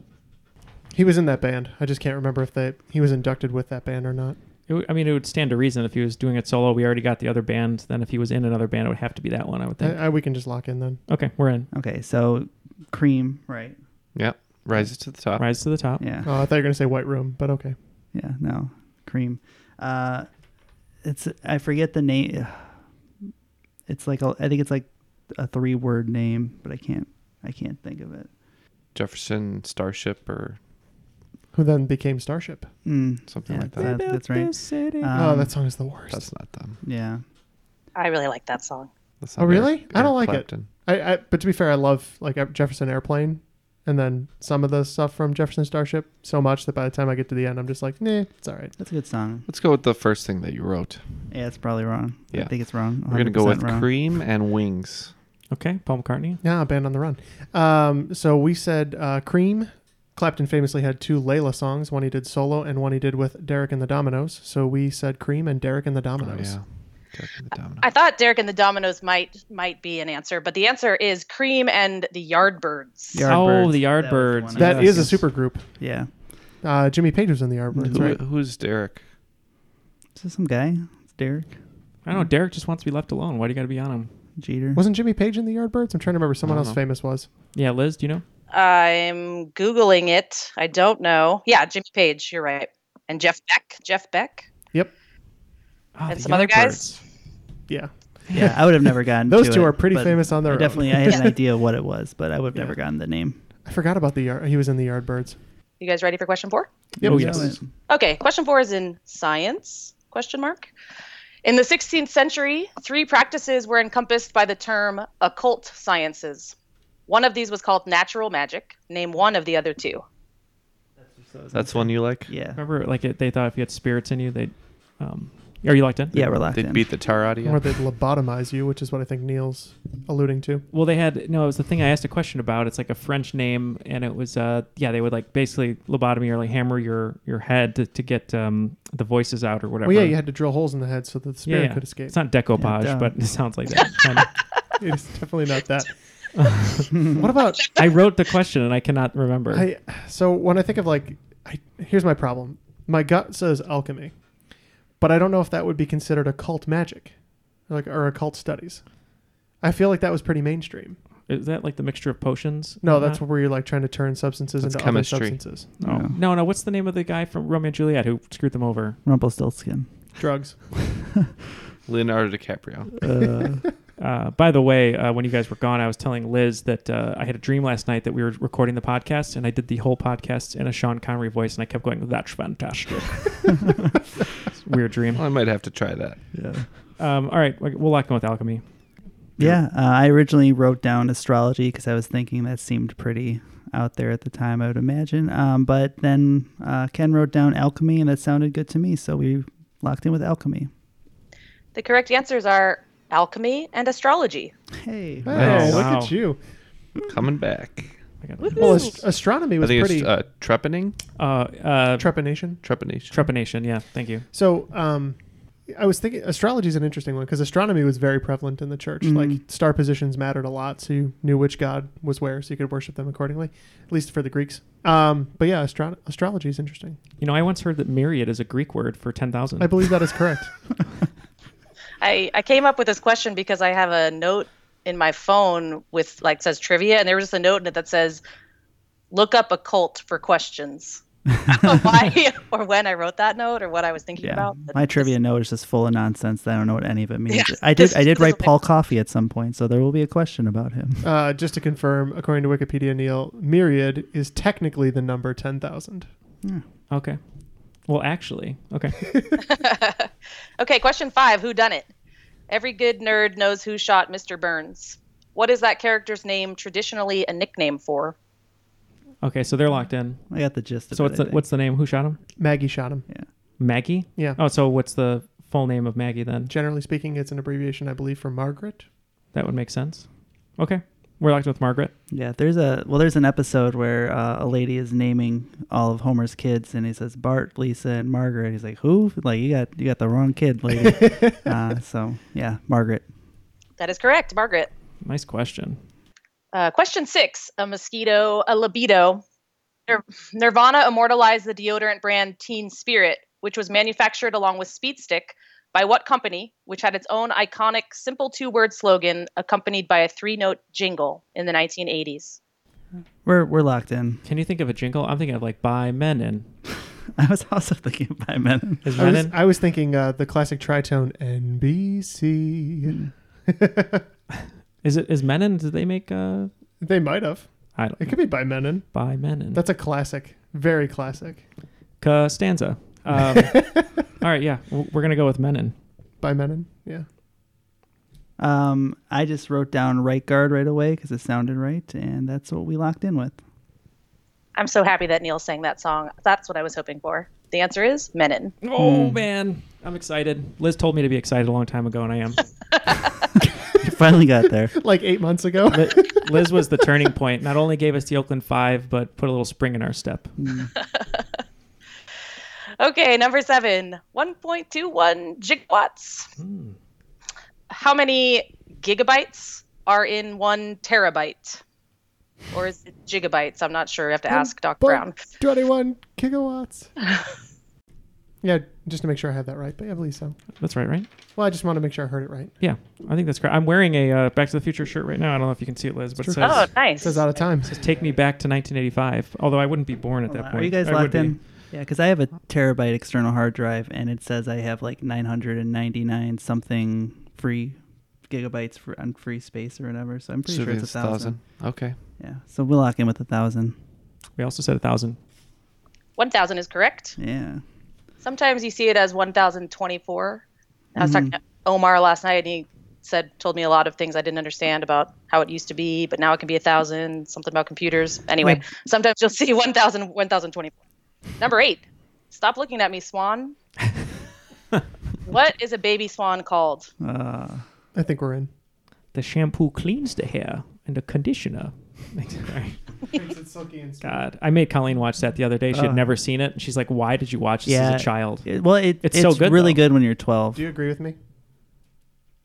[SPEAKER 5] He was in that band. I just can't remember if they he was inducted with that band or not.
[SPEAKER 3] It would- I mean, it would stand to reason if he was doing it solo. We already got the other band. Then if he was in another band, it would have to be that one. I would
[SPEAKER 5] I,
[SPEAKER 3] think.
[SPEAKER 5] I, we can just lock in then.
[SPEAKER 3] okay, we're in.
[SPEAKER 4] Okay, so Cream, right?
[SPEAKER 2] yep. Rises to the top.
[SPEAKER 3] Rise to the top.
[SPEAKER 4] Yeah.
[SPEAKER 5] Oh, I thought you were gonna say White Room, but um, okay.
[SPEAKER 4] Yeah, no, cream. Uh, it's I forget the name. It's like a, I think it's like a three-word name, but I can't I can't think of
[SPEAKER 5] [laughs]
[SPEAKER 4] it.
[SPEAKER 2] Jefferson Starship or
[SPEAKER 5] Who then became Starship?
[SPEAKER 4] Mm,
[SPEAKER 2] something
[SPEAKER 4] yeah,
[SPEAKER 2] like that.
[SPEAKER 4] that- that's right.
[SPEAKER 5] oh,
[SPEAKER 4] Um,
[SPEAKER 5] that song is the worst.
[SPEAKER 2] That's not them.
[SPEAKER 4] Yeah,
[SPEAKER 6] I really like that song.
[SPEAKER 2] That's
[SPEAKER 5] Oh,
[SPEAKER 2] not
[SPEAKER 5] really?
[SPEAKER 2] Eric-
[SPEAKER 5] I don't like
[SPEAKER 2] Eric Clapton.
[SPEAKER 5] it. I, I but to be fair, I love like Jefferson Airplane, and then some of the stuff from Jefferson Starship so much that by the time I get to the end, I'm just like, nah, it's all right.
[SPEAKER 4] that's a good song.
[SPEAKER 2] Let's go with the first thing that you wrote.
[SPEAKER 4] Yeah, it's probably wrong.
[SPEAKER 2] Yeah.
[SPEAKER 4] I think it's wrong.
[SPEAKER 2] We're gonna go with
[SPEAKER 4] 100% wrong.
[SPEAKER 2] Cream and Wings.
[SPEAKER 3] Okay, Paul McCartney.
[SPEAKER 5] Yeah, Band on the Run. Um, so we said uh, Cream. Clapton famously had two Layla songs. One he did solo, and one he did with Derek and the Dominoes. So we said Cream and Derek and the
[SPEAKER 2] Oh
[SPEAKER 5] Dominoes.
[SPEAKER 2] yeah. Jack and the Domino.
[SPEAKER 6] I thought Derek and the Dominoes might might be an answer, but the answer is Cream and the Yardbirds.
[SPEAKER 3] Oh, the
[SPEAKER 4] Yardbirds. That was
[SPEAKER 3] Yardbirds.
[SPEAKER 4] one
[SPEAKER 5] That
[SPEAKER 3] yes.
[SPEAKER 5] is a supergroup.
[SPEAKER 4] Yeah,
[SPEAKER 5] Uh, Jimmy Page was in the Yardbirds,
[SPEAKER 2] Who-
[SPEAKER 5] right?
[SPEAKER 2] Who's Derek?
[SPEAKER 4] so some guy, it's Derek.
[SPEAKER 3] I don't know. Derek just wants to be left alone. Why do you got to be on him?
[SPEAKER 4] Jeter.
[SPEAKER 5] Wasn't Jimmy Page in the Yardbirds? I'm trying to remember. Someone
[SPEAKER 3] I
[SPEAKER 5] else
[SPEAKER 3] don't know.
[SPEAKER 5] famous was.
[SPEAKER 3] Yeah, Liz, do you know?
[SPEAKER 6] I'm Googling it. I don't know. Yeah, Jimmy Page, you're right. And Jeff Beck. Jeff Beck.
[SPEAKER 5] Yep. Ah,
[SPEAKER 6] and some other guys.
[SPEAKER 5] Yeah.
[SPEAKER 4] Yeah, I would have never gotten.
[SPEAKER 5] Those
[SPEAKER 4] to
[SPEAKER 5] two
[SPEAKER 4] it,
[SPEAKER 5] are pretty
[SPEAKER 4] but
[SPEAKER 5] famous on their
[SPEAKER 4] I
[SPEAKER 5] own. [laughs]
[SPEAKER 4] Definitely, I had an
[SPEAKER 5] Yeah.
[SPEAKER 4] idea what it was, but I would have never gotten the name.
[SPEAKER 5] I forgot about the yard. He was in the Yardbirds.
[SPEAKER 6] You guys ready for question four?
[SPEAKER 5] Yep.
[SPEAKER 4] Oh,
[SPEAKER 5] yes.
[SPEAKER 6] Okay, question four is in science? Question mark. In the 16th century, three practices were encompassed by the term occult sciences. One of these was called natural magic. Name one of the other two.
[SPEAKER 2] That's one you like?
[SPEAKER 4] Yeah.
[SPEAKER 3] Remember, like it, they thought if you had spirits in you, they'd. Um, are you locked in?
[SPEAKER 4] Yeah, we're locked
[SPEAKER 2] They'd beat the tar out of
[SPEAKER 5] Or
[SPEAKER 2] you.
[SPEAKER 5] they'd lobotomize you, which is what I think Neil's alluding to.
[SPEAKER 3] Well, they had no. It was the thing I asked a question about. It's like a French name, and it was uh yeah. They would like basically lobotomy or like hammer your your head to, to get um the voices out or whatever.
[SPEAKER 5] Well, yeah, you had to drill holes in the head so that the
[SPEAKER 3] Yeah,
[SPEAKER 5] spirit
[SPEAKER 3] yeah.
[SPEAKER 5] could escape.
[SPEAKER 3] It's not decoupage,
[SPEAKER 5] Yeah, duh.
[SPEAKER 3] but it sounds like that. Kinda.
[SPEAKER 5] [laughs] it's definitely not that.
[SPEAKER 3] [laughs]
[SPEAKER 5] what about?
[SPEAKER 3] I wrote the question and I cannot remember.
[SPEAKER 5] I, so when I think of like, I, here's my problem. My gut says alchemy, but I don't know if that would be considered occult magic, or like or occult studies. I feel like that was pretty mainstream.
[SPEAKER 3] Is that like the mixture of potions?
[SPEAKER 5] No, that's where you're like trying to turn substances
[SPEAKER 2] That's
[SPEAKER 5] into
[SPEAKER 2] chemistry.
[SPEAKER 5] other substances.
[SPEAKER 3] No.
[SPEAKER 4] Yeah.
[SPEAKER 3] no, no. What's the name of the guy from Romeo and Juliet who screwed them over?
[SPEAKER 4] Rumpelstiltskin.
[SPEAKER 5] Drugs.
[SPEAKER 2] Leonardo DiCaprio.
[SPEAKER 3] [laughs] Uh, by the way, uh, when you guys were gone, I was telling Liz that uh, I had a dream last night that we were recording the podcast, and I did the whole podcast in a Sean Connery voice, and I kept going, "That's fantastic." It's a weird dream.
[SPEAKER 2] Well, I might have to try that.
[SPEAKER 4] Yeah.
[SPEAKER 3] Um, all right, we- we'll lock in with alchemy.
[SPEAKER 4] Yeah, uh, I originally wrote down astrology because I was thinking that seemed pretty out there at the time. I would imagine, um, but then uh, Ken wrote down alchemy, and that sounded good to me, so we locked in with alchemy.
[SPEAKER 6] The correct answers are alchemy and astrology.
[SPEAKER 4] Hey,
[SPEAKER 5] Oh,
[SPEAKER 2] [laughs] Nice.
[SPEAKER 5] look
[SPEAKER 3] Wow.
[SPEAKER 5] at you.
[SPEAKER 2] Coming back.
[SPEAKER 5] Well, ast- astronomy
[SPEAKER 2] I
[SPEAKER 5] was
[SPEAKER 2] think
[SPEAKER 5] pretty
[SPEAKER 2] it's uh, trepanning.
[SPEAKER 3] Uh, uh,
[SPEAKER 5] trepanation.
[SPEAKER 2] Trepanation.
[SPEAKER 3] trepanation. Yeah, thank you.
[SPEAKER 5] So, um, I was thinking astrology is an interesting one because astronomy was very prevalent in the church.
[SPEAKER 3] Mm-hmm.
[SPEAKER 5] Like star positions mattered a lot, so you knew which god was where, so you could worship them accordingly. At least for the Greeks. Um, but yeah, astro- astrology is interesting.
[SPEAKER 3] You know, I once heard that myriad is a Greek word for ten thousand.
[SPEAKER 5] I believe that is correct.
[SPEAKER 6] I, I came up with this question because I have a note in my phone with like says trivia, and there was just a note in it that says, "Look up occult for questions." I don't know why or when I wrote that note or what I was thinking
[SPEAKER 4] Yeah,
[SPEAKER 6] about.
[SPEAKER 4] my trivia note is just full of nonsense. I don't know what any of it means.
[SPEAKER 6] Yeah.
[SPEAKER 4] I
[SPEAKER 6] [laughs]
[SPEAKER 4] did. I did
[SPEAKER 6] Doesn't
[SPEAKER 4] write
[SPEAKER 6] make
[SPEAKER 4] Paul Coffey at some point, so there will be a question about him.
[SPEAKER 5] uh, just to confirm, according to Wikipedia, Neil, myriad is technically the number ten thousand.
[SPEAKER 3] Hmm. Okay. Well, actually, okay.
[SPEAKER 6] Okay, question five. Who done it? Every good nerd knows who shot Mr. Burns. What is that character's name traditionally a nickname for?
[SPEAKER 3] [laughs] Okay, so they're locked in.
[SPEAKER 4] I got the gist of
[SPEAKER 3] So
[SPEAKER 4] it.
[SPEAKER 3] what's
[SPEAKER 4] I
[SPEAKER 3] the,
[SPEAKER 4] think.
[SPEAKER 3] what's the name? Who shot him?
[SPEAKER 5] Maggie shot him.
[SPEAKER 3] Maggie.
[SPEAKER 5] Yeah.
[SPEAKER 3] Oh, so what's the full name of Maggie then?
[SPEAKER 5] Generally speaking, it's an [laughs] abbreviation, I believe, for Margaret.
[SPEAKER 3] That would make sense. Okay, we're locked in with Margaret.
[SPEAKER 4] Yeah, there's a well, there's an episode where uh, a lady is naming all of Homer's kids, and he says Bart, Lisa, and Margaret. He's like, "Who? Like you got you got the wrong kid, lady."
[SPEAKER 3] [laughs]
[SPEAKER 4] uh, so yeah, Margaret.
[SPEAKER 6] That is correct, Margaret.
[SPEAKER 3] Nice question.
[SPEAKER 6] Uh, question six a mosquito, a libido. Nir- Nirvana immortalized the deodorant brand Teen Spirit, which was manufactured along with Speed Stick by what company, which had its own iconic simple two word slogan accompanied by a three note jingle in the 1980s?
[SPEAKER 4] We're we're locked in.
[SPEAKER 3] Can you think of a jingle? I'm thinking of like by Menon.
[SPEAKER 4] [laughs] I was also thinking by men.
[SPEAKER 3] Is
[SPEAKER 5] I was,
[SPEAKER 3] Menon?
[SPEAKER 5] I was thinking uh, the classic tritone NBC.
[SPEAKER 3] Hmm.
[SPEAKER 5] [laughs]
[SPEAKER 3] Is it is Menon? Did they make uh?
[SPEAKER 5] They might have.
[SPEAKER 3] I don't.
[SPEAKER 5] It could be by Menon.
[SPEAKER 3] By Menon.
[SPEAKER 5] That's a classic. Very classic. [laughs]
[SPEAKER 3] Costanza. Um, all right, yeah, w- we're gonna go with Menon.
[SPEAKER 5] By Menon. Yeah.
[SPEAKER 4] Um, I just wrote down right guard right away because it sounded right, and that's what we locked in with.
[SPEAKER 6] I'm so happy that Neil sang that song. That's what I was hoping for. The answer is Menon.
[SPEAKER 3] Oh
[SPEAKER 5] Hmm.
[SPEAKER 3] man, I'm excited. Liz told me to be excited a long time ago, and
[SPEAKER 5] [laughs]
[SPEAKER 3] I am.
[SPEAKER 4] We finally got there.
[SPEAKER 5] Like eight months ago.
[SPEAKER 3] Li- Liz was the turning point. Not only gave us the Oakland Five, but put a little spring in our step.
[SPEAKER 4] Hmm.
[SPEAKER 6] Okay, number seven 1.21 gigawatts.
[SPEAKER 3] Hmm.
[SPEAKER 6] How many gigabytes are in one terabyte? Or is it gigabytes? I'm not sure. I have to ask Doc Brown.
[SPEAKER 5] 21 gigawatts. [laughs] Yeah, just to make sure I have that right, but I believe so.
[SPEAKER 3] That's right, right?
[SPEAKER 5] Well, I just want to make sure I heard it right.
[SPEAKER 3] Yeah, I think that's correct. I'm wearing a uh, Back to the Future shirt right now. I don't know if you can see it, Liz, but it
[SPEAKER 5] It's
[SPEAKER 3] says,
[SPEAKER 5] true. Oh, nice. It says out of time.
[SPEAKER 3] It says "Take me back to 1985." Although I wouldn't be born at that point.
[SPEAKER 4] Oh, Are you guys
[SPEAKER 3] I would
[SPEAKER 4] locked
[SPEAKER 3] be.
[SPEAKER 4] in? Yeah, because I have a terabyte external hard drive, and it says I have like 999 something free gigabytes for, on free space or whatever. So I'm pretty
[SPEAKER 2] So
[SPEAKER 4] sure it's a
[SPEAKER 2] it's 1,000.
[SPEAKER 4] thousand.
[SPEAKER 2] Okay.
[SPEAKER 4] Yeah. So we'll lock in with a thousand.
[SPEAKER 3] We also said a thousand.
[SPEAKER 6] 1000 is correct.
[SPEAKER 4] Yeah.
[SPEAKER 6] Sometimes you see it as 1024. I was
[SPEAKER 4] Mhm.
[SPEAKER 6] talking to Omar last night and he said told me a lot of things I didn't understand about how it used to be, but now it can be a 1000, something about computers. Anyway,
[SPEAKER 4] Yeah.
[SPEAKER 6] sometimes you'll see 1000 1024. Number 8. Stop looking at
[SPEAKER 4] [laughs]
[SPEAKER 6] me, swan. what is a baby swan called?
[SPEAKER 3] Uh,
[SPEAKER 5] I think we're in.
[SPEAKER 3] The shampoo cleans the hair, and the conditioner [laughs] makes it very.
[SPEAKER 5] Makes [laughs] it silky and smooth.
[SPEAKER 3] God, I made Colleen watch that the other day. She
[SPEAKER 5] Ugh.
[SPEAKER 3] had never seen it. and She's like, "Why did you watch this
[SPEAKER 4] Uh. yeah.
[SPEAKER 3] as a child?"
[SPEAKER 4] It- well, it, it's,
[SPEAKER 3] so good.
[SPEAKER 4] really
[SPEAKER 3] though.
[SPEAKER 4] good when you're 12.
[SPEAKER 5] Do you agree with me? [laughs]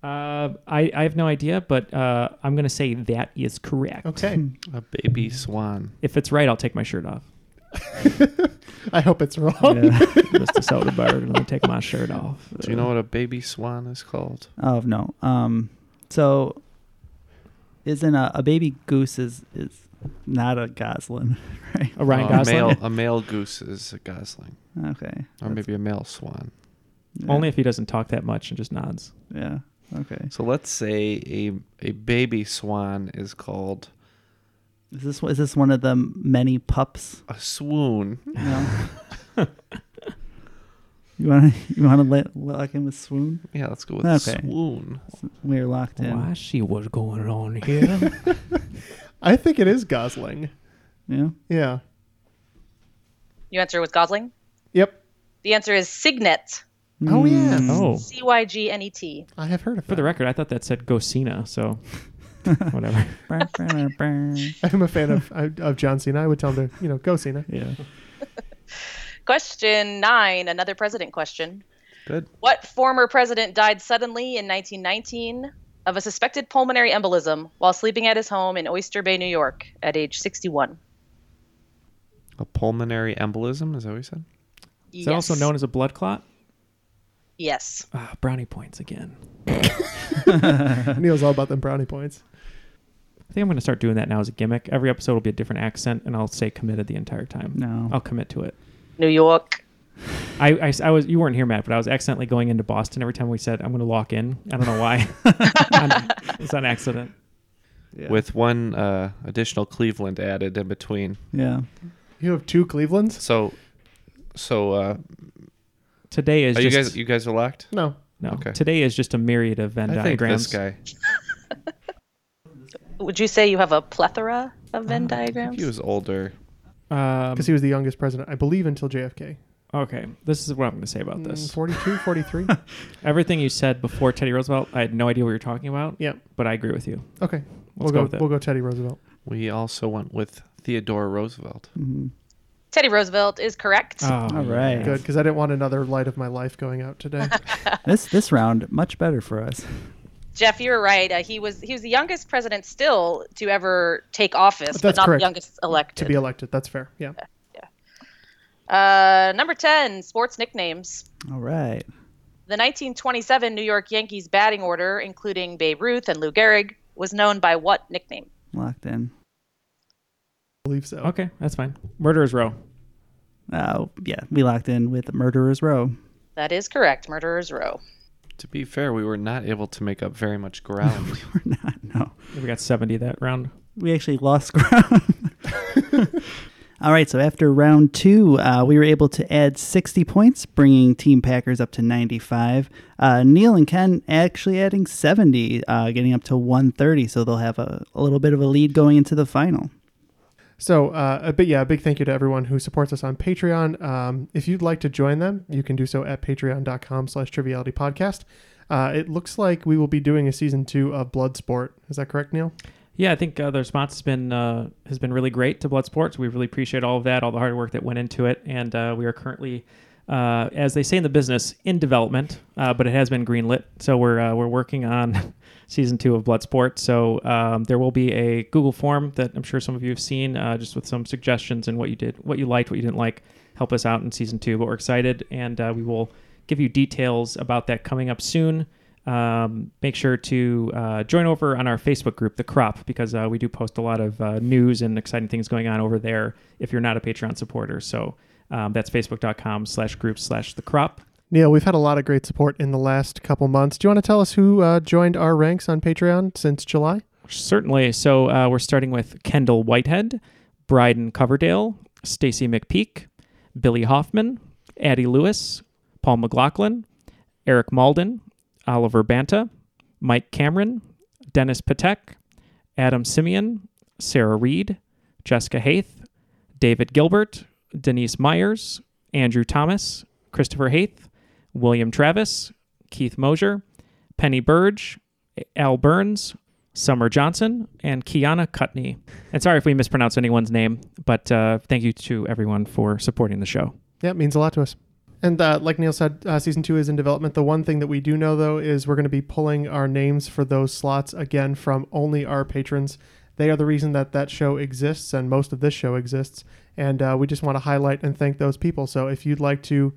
[SPEAKER 3] Uh, I I have no idea, but uh, I'm gonna say that is correct.
[SPEAKER 5] Okay.
[SPEAKER 2] [laughs] A baby swan.
[SPEAKER 3] If it's right, I'll take my shirt off.
[SPEAKER 5] I hope it's wrong. [laughs]
[SPEAKER 3] Yeah, Mr. Soda Bird, let me take my shirt off.
[SPEAKER 2] Do you know what a baby swan is called?
[SPEAKER 4] Oh no. Um. So, isn't a, a baby goose is is not a goslin, [laughs] right?
[SPEAKER 3] A Ryan
[SPEAKER 2] Uh, A male, a male goose is a gosling.
[SPEAKER 4] Okay.
[SPEAKER 2] Or maybe a male swan.
[SPEAKER 3] Only if he doesn't talk that much and just nods.
[SPEAKER 4] Yeah. Okay.
[SPEAKER 2] So let's say a a baby swan is called
[SPEAKER 4] Is this is this one of the many pups?
[SPEAKER 2] a swoon.
[SPEAKER 4] No. you want to you want to let lock in with swoon?
[SPEAKER 2] Yeah, let's go with swoon.
[SPEAKER 4] We're locked in.
[SPEAKER 3] I see what's going on here.
[SPEAKER 5] [laughs] I think it is Gosling.
[SPEAKER 4] Yeah.
[SPEAKER 5] Yeah.
[SPEAKER 6] Your answer was Gosling?
[SPEAKER 5] Yep.
[SPEAKER 6] The answer is Signet.
[SPEAKER 5] Oh yeah.
[SPEAKER 3] Oh,
[SPEAKER 6] C Y G N E T.
[SPEAKER 5] I have heard of
[SPEAKER 3] for the record, I thought that said Gosina, so [laughs] whatever.
[SPEAKER 5] [laughs] I'm a fan of of John Cena. I would tell him to, you know, go Cena.
[SPEAKER 4] [laughs]
[SPEAKER 3] Yeah.
[SPEAKER 6] Question nine, another president question.
[SPEAKER 2] Good.
[SPEAKER 6] What former president died suddenly in 1919 of a suspected pulmonary embolism while sleeping at his home in Oyster Bay, New York, at age 61?
[SPEAKER 2] A pulmonary embolism, is that what you said?
[SPEAKER 3] Is that also known as a blood clot?
[SPEAKER 6] Yes.
[SPEAKER 3] Ah, brownie points again.
[SPEAKER 4] [laughs]
[SPEAKER 5] Neil's all about them brownie points.
[SPEAKER 3] I think I'm going to start doing that now as a gimmick. Every episode will be a different accent, and I'll say committed the entire time.
[SPEAKER 4] No.
[SPEAKER 3] I'll commit to it.
[SPEAKER 6] New York.
[SPEAKER 3] I, I, I was you weren't here, Matt, but I was accidentally going into Boston every time we said I'm going to lock in. I don't
[SPEAKER 4] [laughs]
[SPEAKER 3] know why. [laughs] it's an accident.
[SPEAKER 2] With one uh, additional Cleveland added in between.
[SPEAKER 4] Yeah.
[SPEAKER 5] You have two Clevelands?
[SPEAKER 2] So so uh
[SPEAKER 3] Today is
[SPEAKER 2] are you
[SPEAKER 3] just
[SPEAKER 2] guys you guys are locked?
[SPEAKER 5] No.
[SPEAKER 3] no.
[SPEAKER 2] Okay.
[SPEAKER 3] Today is just a myriad of Venn
[SPEAKER 2] I think
[SPEAKER 3] diagrams.
[SPEAKER 2] this guy.
[SPEAKER 6] Would you say you have a plethora of Venn diagrams?
[SPEAKER 2] He was older.
[SPEAKER 3] Um,
[SPEAKER 5] Because he was the youngest president, I believe, until JFK.
[SPEAKER 3] okay, this is what I'm going to say about
[SPEAKER 5] Mm,
[SPEAKER 3] this.
[SPEAKER 5] 42, 43?
[SPEAKER 3] [laughs] Everything you said before Teddy Roosevelt, I had no idea what you're talking about.
[SPEAKER 5] Yep.
[SPEAKER 3] but I agree with you.
[SPEAKER 5] Okay.
[SPEAKER 3] Let's
[SPEAKER 5] we'll
[SPEAKER 3] go
[SPEAKER 5] go,
[SPEAKER 3] with it.
[SPEAKER 5] we'll go Teddy Roosevelt.
[SPEAKER 2] We also went with Theodore Roosevelt.
[SPEAKER 6] Teddy Roosevelt is correct.
[SPEAKER 4] Mm-hmm.
[SPEAKER 3] Oh,
[SPEAKER 5] Ah.
[SPEAKER 4] All right.
[SPEAKER 5] Good, because I didn't want another light of my life going out
[SPEAKER 4] [laughs]
[SPEAKER 5] today.
[SPEAKER 4] This this round much better for us.
[SPEAKER 6] Jeff, you're right. Uh, he was he was the youngest president still to ever take office, but
[SPEAKER 5] That's
[SPEAKER 6] not
[SPEAKER 5] correct.
[SPEAKER 6] the youngest elected.
[SPEAKER 5] to be elected, that's fair. Yeah.
[SPEAKER 6] uh, number 10, sports nicknames.
[SPEAKER 4] All right.
[SPEAKER 6] The 1927 New York Yankees batting order, including Babe Ruth and Lou Gehrig, was known by what nickname?
[SPEAKER 4] Locked in.
[SPEAKER 5] I believe so.
[SPEAKER 3] Okay, that's fine. Murderers Row.
[SPEAKER 4] Oh yeah, we locked in with Murderers Row.
[SPEAKER 6] That is correct, Murderers Row.
[SPEAKER 2] To be fair, we were not able to make up very
[SPEAKER 3] [laughs]
[SPEAKER 2] much ground.
[SPEAKER 4] We're not. No.
[SPEAKER 3] We got 70 that round.
[SPEAKER 4] we actually lost [laughs]
[SPEAKER 2] [laughs]
[SPEAKER 4] ground. All right, so after round two, uh, we were able to add 60 points, bringing Team Packers up to 95. Uh, Neil and Ken actually adding 70, uh, getting up to 130, so they'll have a, a little bit of a lead going into the final.
[SPEAKER 5] So, uh, a big, yeah, a big thank you to everyone who supports us on Patreon. Um, if you'd like to join them, you can do so at patreon.com slash triviality podcast. Uh, it looks like we will be doing a season two of Bloodsport. Is that correct, Neil?
[SPEAKER 3] Yeah, I think uh, the response has been uh, has been really great to Blood Sports. We really appreciate all of that, all the hard work that went into it, and uh, we are currently uh, as they say in the business, in development, uh, but it has been greenlit. So we're uh, we're working on [laughs] season two of Bloodsport. So um, there will be a Google form that I'm sure some of you have seen, uh, just with some suggestions and what you did, what you liked, what you didn't like. Help us out in season two, but we're excited, and uh, we will give you details about that coming up soon. Um, make sure to uh, join over on our Facebook group, The Crop, because uh, we do post a lot of uh, news and exciting things going on over there if you're not a Patreon supporter. So um, that's facebook.com slash group slash The Crop.
[SPEAKER 5] Neil, we've had a lot of great support in the last couple months. Do you want to tell us who uh, joined our ranks on Patreon since July?
[SPEAKER 3] Certainly. So uh, we're starting with Kendall Whitehead, Bryden Coverdale, Stacy McPeak, Billy Hoffman, Addie Lewis, Paul McLaughlin, Eric Malden, Oliver Banta, Mike Cameron, Dennis Patek, Adam Simeon, Sarah Reed, Jessica Haith, David Gilbert, Denise Myers, Andrew Thomas, Christopher Haith, William Travis, Keith Mosier, Penny Burge, Al Burns, Summer Johnson, and Kiana Cutney. And sorry if we mispronounce anyone's name, but uh, thank you to everyone for supporting the show.
[SPEAKER 5] Yeah, it means a lot to us. And uh, like Neil said, uh, season two is in development. The one thing that we do know, though, is we're going to be pulling our names for those slots again from only our patrons. They are the reason that that show exists and most of this show exists. And uh, we just want to highlight and thank those people. So if you'd like to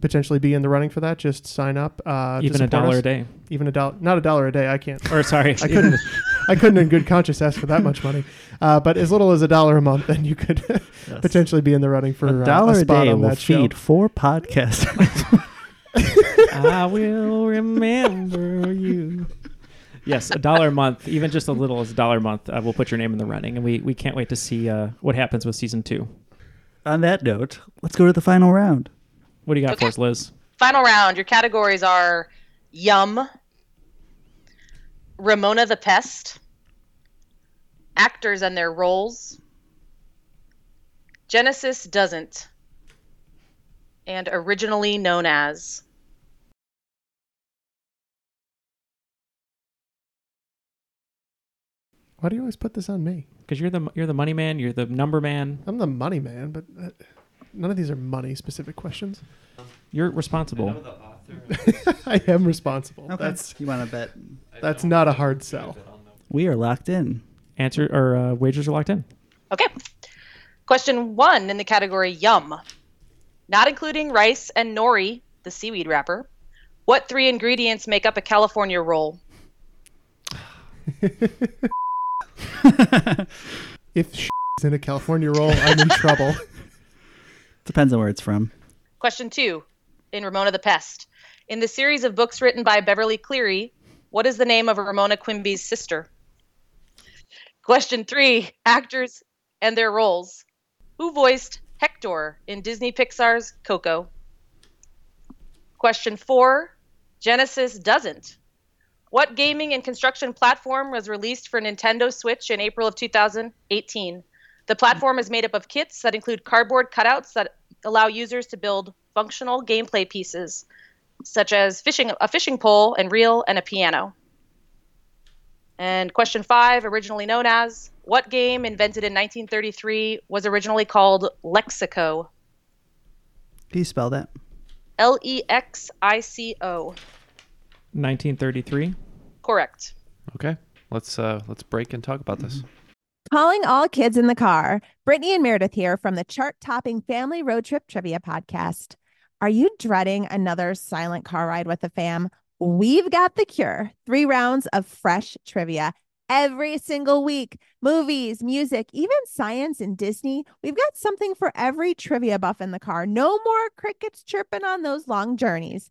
[SPEAKER 5] potentially be in the running for that, just sign up. Uh, to
[SPEAKER 3] Even a
[SPEAKER 5] support
[SPEAKER 3] dollar
[SPEAKER 5] us.
[SPEAKER 3] a day.
[SPEAKER 5] Even a dollar, not a dollar a day. I can't.
[SPEAKER 3] Or sorry,
[SPEAKER 5] I
[SPEAKER 3] [laughs]
[SPEAKER 5] couldn't. I couldn't in good conscience ask for that much money. Uh, but as little as a dollar a month, then you could [laughs] potentially be in the running
[SPEAKER 3] [laughs]
[SPEAKER 5] for uh,
[SPEAKER 4] a dollar a
[SPEAKER 5] spot
[SPEAKER 4] day
[SPEAKER 5] on
[SPEAKER 4] will
[SPEAKER 5] that show.
[SPEAKER 4] feed four podcasters.
[SPEAKER 3] I will remember you. Yes, a dollar a month, even just a little as a dollar a month, uh, we'll put your name in the running. And we, we can't wait to see uh, what happens with season two.
[SPEAKER 4] On that note, [laughs] let's go to the final round.
[SPEAKER 3] What do you got for us, Liz?
[SPEAKER 6] Final round. Your categories are Yum, Ramona the Pest, Actors and Their Roles, Genesis Doesn't, and Originally Known As.
[SPEAKER 5] Why do you always put this on me?
[SPEAKER 3] Because you're the you're the money man. You're the number man.
[SPEAKER 5] I'm the money man, but uh, none of these are money specific questions.
[SPEAKER 3] You're responsible.
[SPEAKER 5] [laughs] I am responsible.
[SPEAKER 4] Okay.
[SPEAKER 5] That's
[SPEAKER 4] you want to bet.
[SPEAKER 5] That's not a hard sell.
[SPEAKER 4] We are locked in.
[SPEAKER 3] Answer or uh, wagers are locked in.
[SPEAKER 6] Okay. Question one in the category Yum. Not including rice and nori, the seaweed wrapper, what three ingredients make up a California roll?
[SPEAKER 5] If sh- is in a California roll, I'm in
[SPEAKER 4] [laughs]
[SPEAKER 5] trouble.
[SPEAKER 4] Depends on where it's from.
[SPEAKER 6] Question two in Ramona the Pest. In the series of books written by Beverly Cleary, what is the name of Ramona Quimby's sister? Question three actors and their roles. Who voiced Hector in Disney Pixar's Coco? Question four Genesis doesn't. What gaming and construction platform was released for Nintendo Switch in April of 2018? The platform is made up of kits that include cardboard cutouts that allow users to build functional gameplay pieces, such as fishing a fishing pole and reel and a piano. And question five, originally known as what game invented in 1933 was originally called Lexico?
[SPEAKER 4] Can you spell that?
[SPEAKER 6] L E X I C O.
[SPEAKER 3] 1933.
[SPEAKER 6] Correct.
[SPEAKER 2] Okay, let's uh, let's break and talk about this.
[SPEAKER 3] Mm-hmm.
[SPEAKER 9] Calling all kids in the car. Brittany and Meredith here from the chart topping Family Road Trip Trivia Podcast. Are you dreading another silent car ride with the fam? We've got the cure. Three rounds of fresh trivia every single week movies, music, even science and Disney. We've got something for every trivia buff in the car. No more crickets chirping on those long journeys.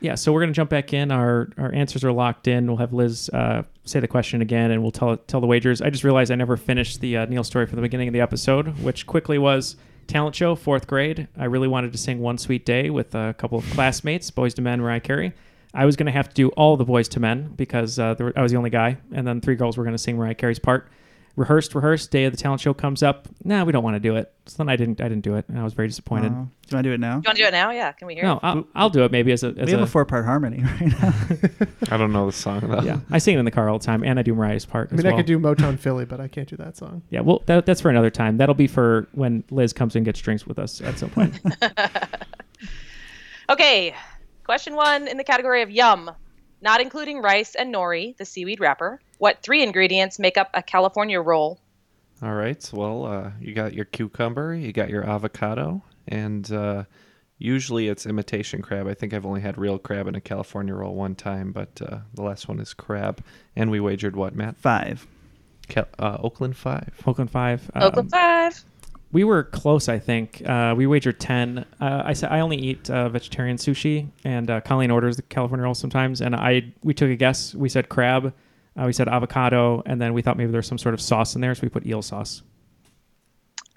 [SPEAKER 3] Yeah, so we're gonna jump back in. Our our answers are locked in. We'll have Liz uh, say the question again, and we'll tell tell the wagers. I just realized I never finished the uh, Neil story from the beginning of the episode, which quickly was talent show fourth grade. I really wanted to sing "One Sweet Day" with a couple of classmates, boys to men, Mariah Carey. I was gonna have to do all the boys to men because uh, there were, I was the only guy, and then three girls were gonna sing Mariah Carey's part. Rehearsed, rehearsed. Day of the talent show comes up. Nah, we don't want to do it. So then I didn't. I didn't do it, and I was very disappointed.
[SPEAKER 4] Oh. Do you want to do it now?
[SPEAKER 6] You want to do it now? Yeah. Can we hear
[SPEAKER 3] No, um,
[SPEAKER 6] it?
[SPEAKER 3] I'll, I'll do it maybe as a. As
[SPEAKER 4] we have a four part harmony right now.
[SPEAKER 2] I don't know the song though.
[SPEAKER 3] Yeah, I sing it in the car all the time, and I do Mariah's part.
[SPEAKER 5] I mean, I could do Motown Philly, but I can't do that song.
[SPEAKER 3] Yeah, well, that, that's for another time. That'll be for when Liz comes and gets drinks with us at some point.
[SPEAKER 6] Okay. Question one in the category of yum, not including rice and nori, the seaweed wrapper. What three ingredients make up a California roll?
[SPEAKER 2] All right. Well, uh, you got your cucumber, you got your avocado, and uh, usually it's imitation crab. I think I've only had real crab in a California roll one time, but uh, the last one is crab. And we wagered what, Matt?
[SPEAKER 4] Five.
[SPEAKER 2] Cal- uh, Oakland five.
[SPEAKER 3] Oakland five. Um,
[SPEAKER 6] Oakland five.
[SPEAKER 3] We were close, I think. Uh, we wagered ten. Uh, I said I only eat uh, vegetarian sushi, and uh, Colleen orders the California roll sometimes. And I we took a guess. We said crab, uh, we said avocado, and then we thought maybe there's some sort of sauce in there, so we put eel sauce.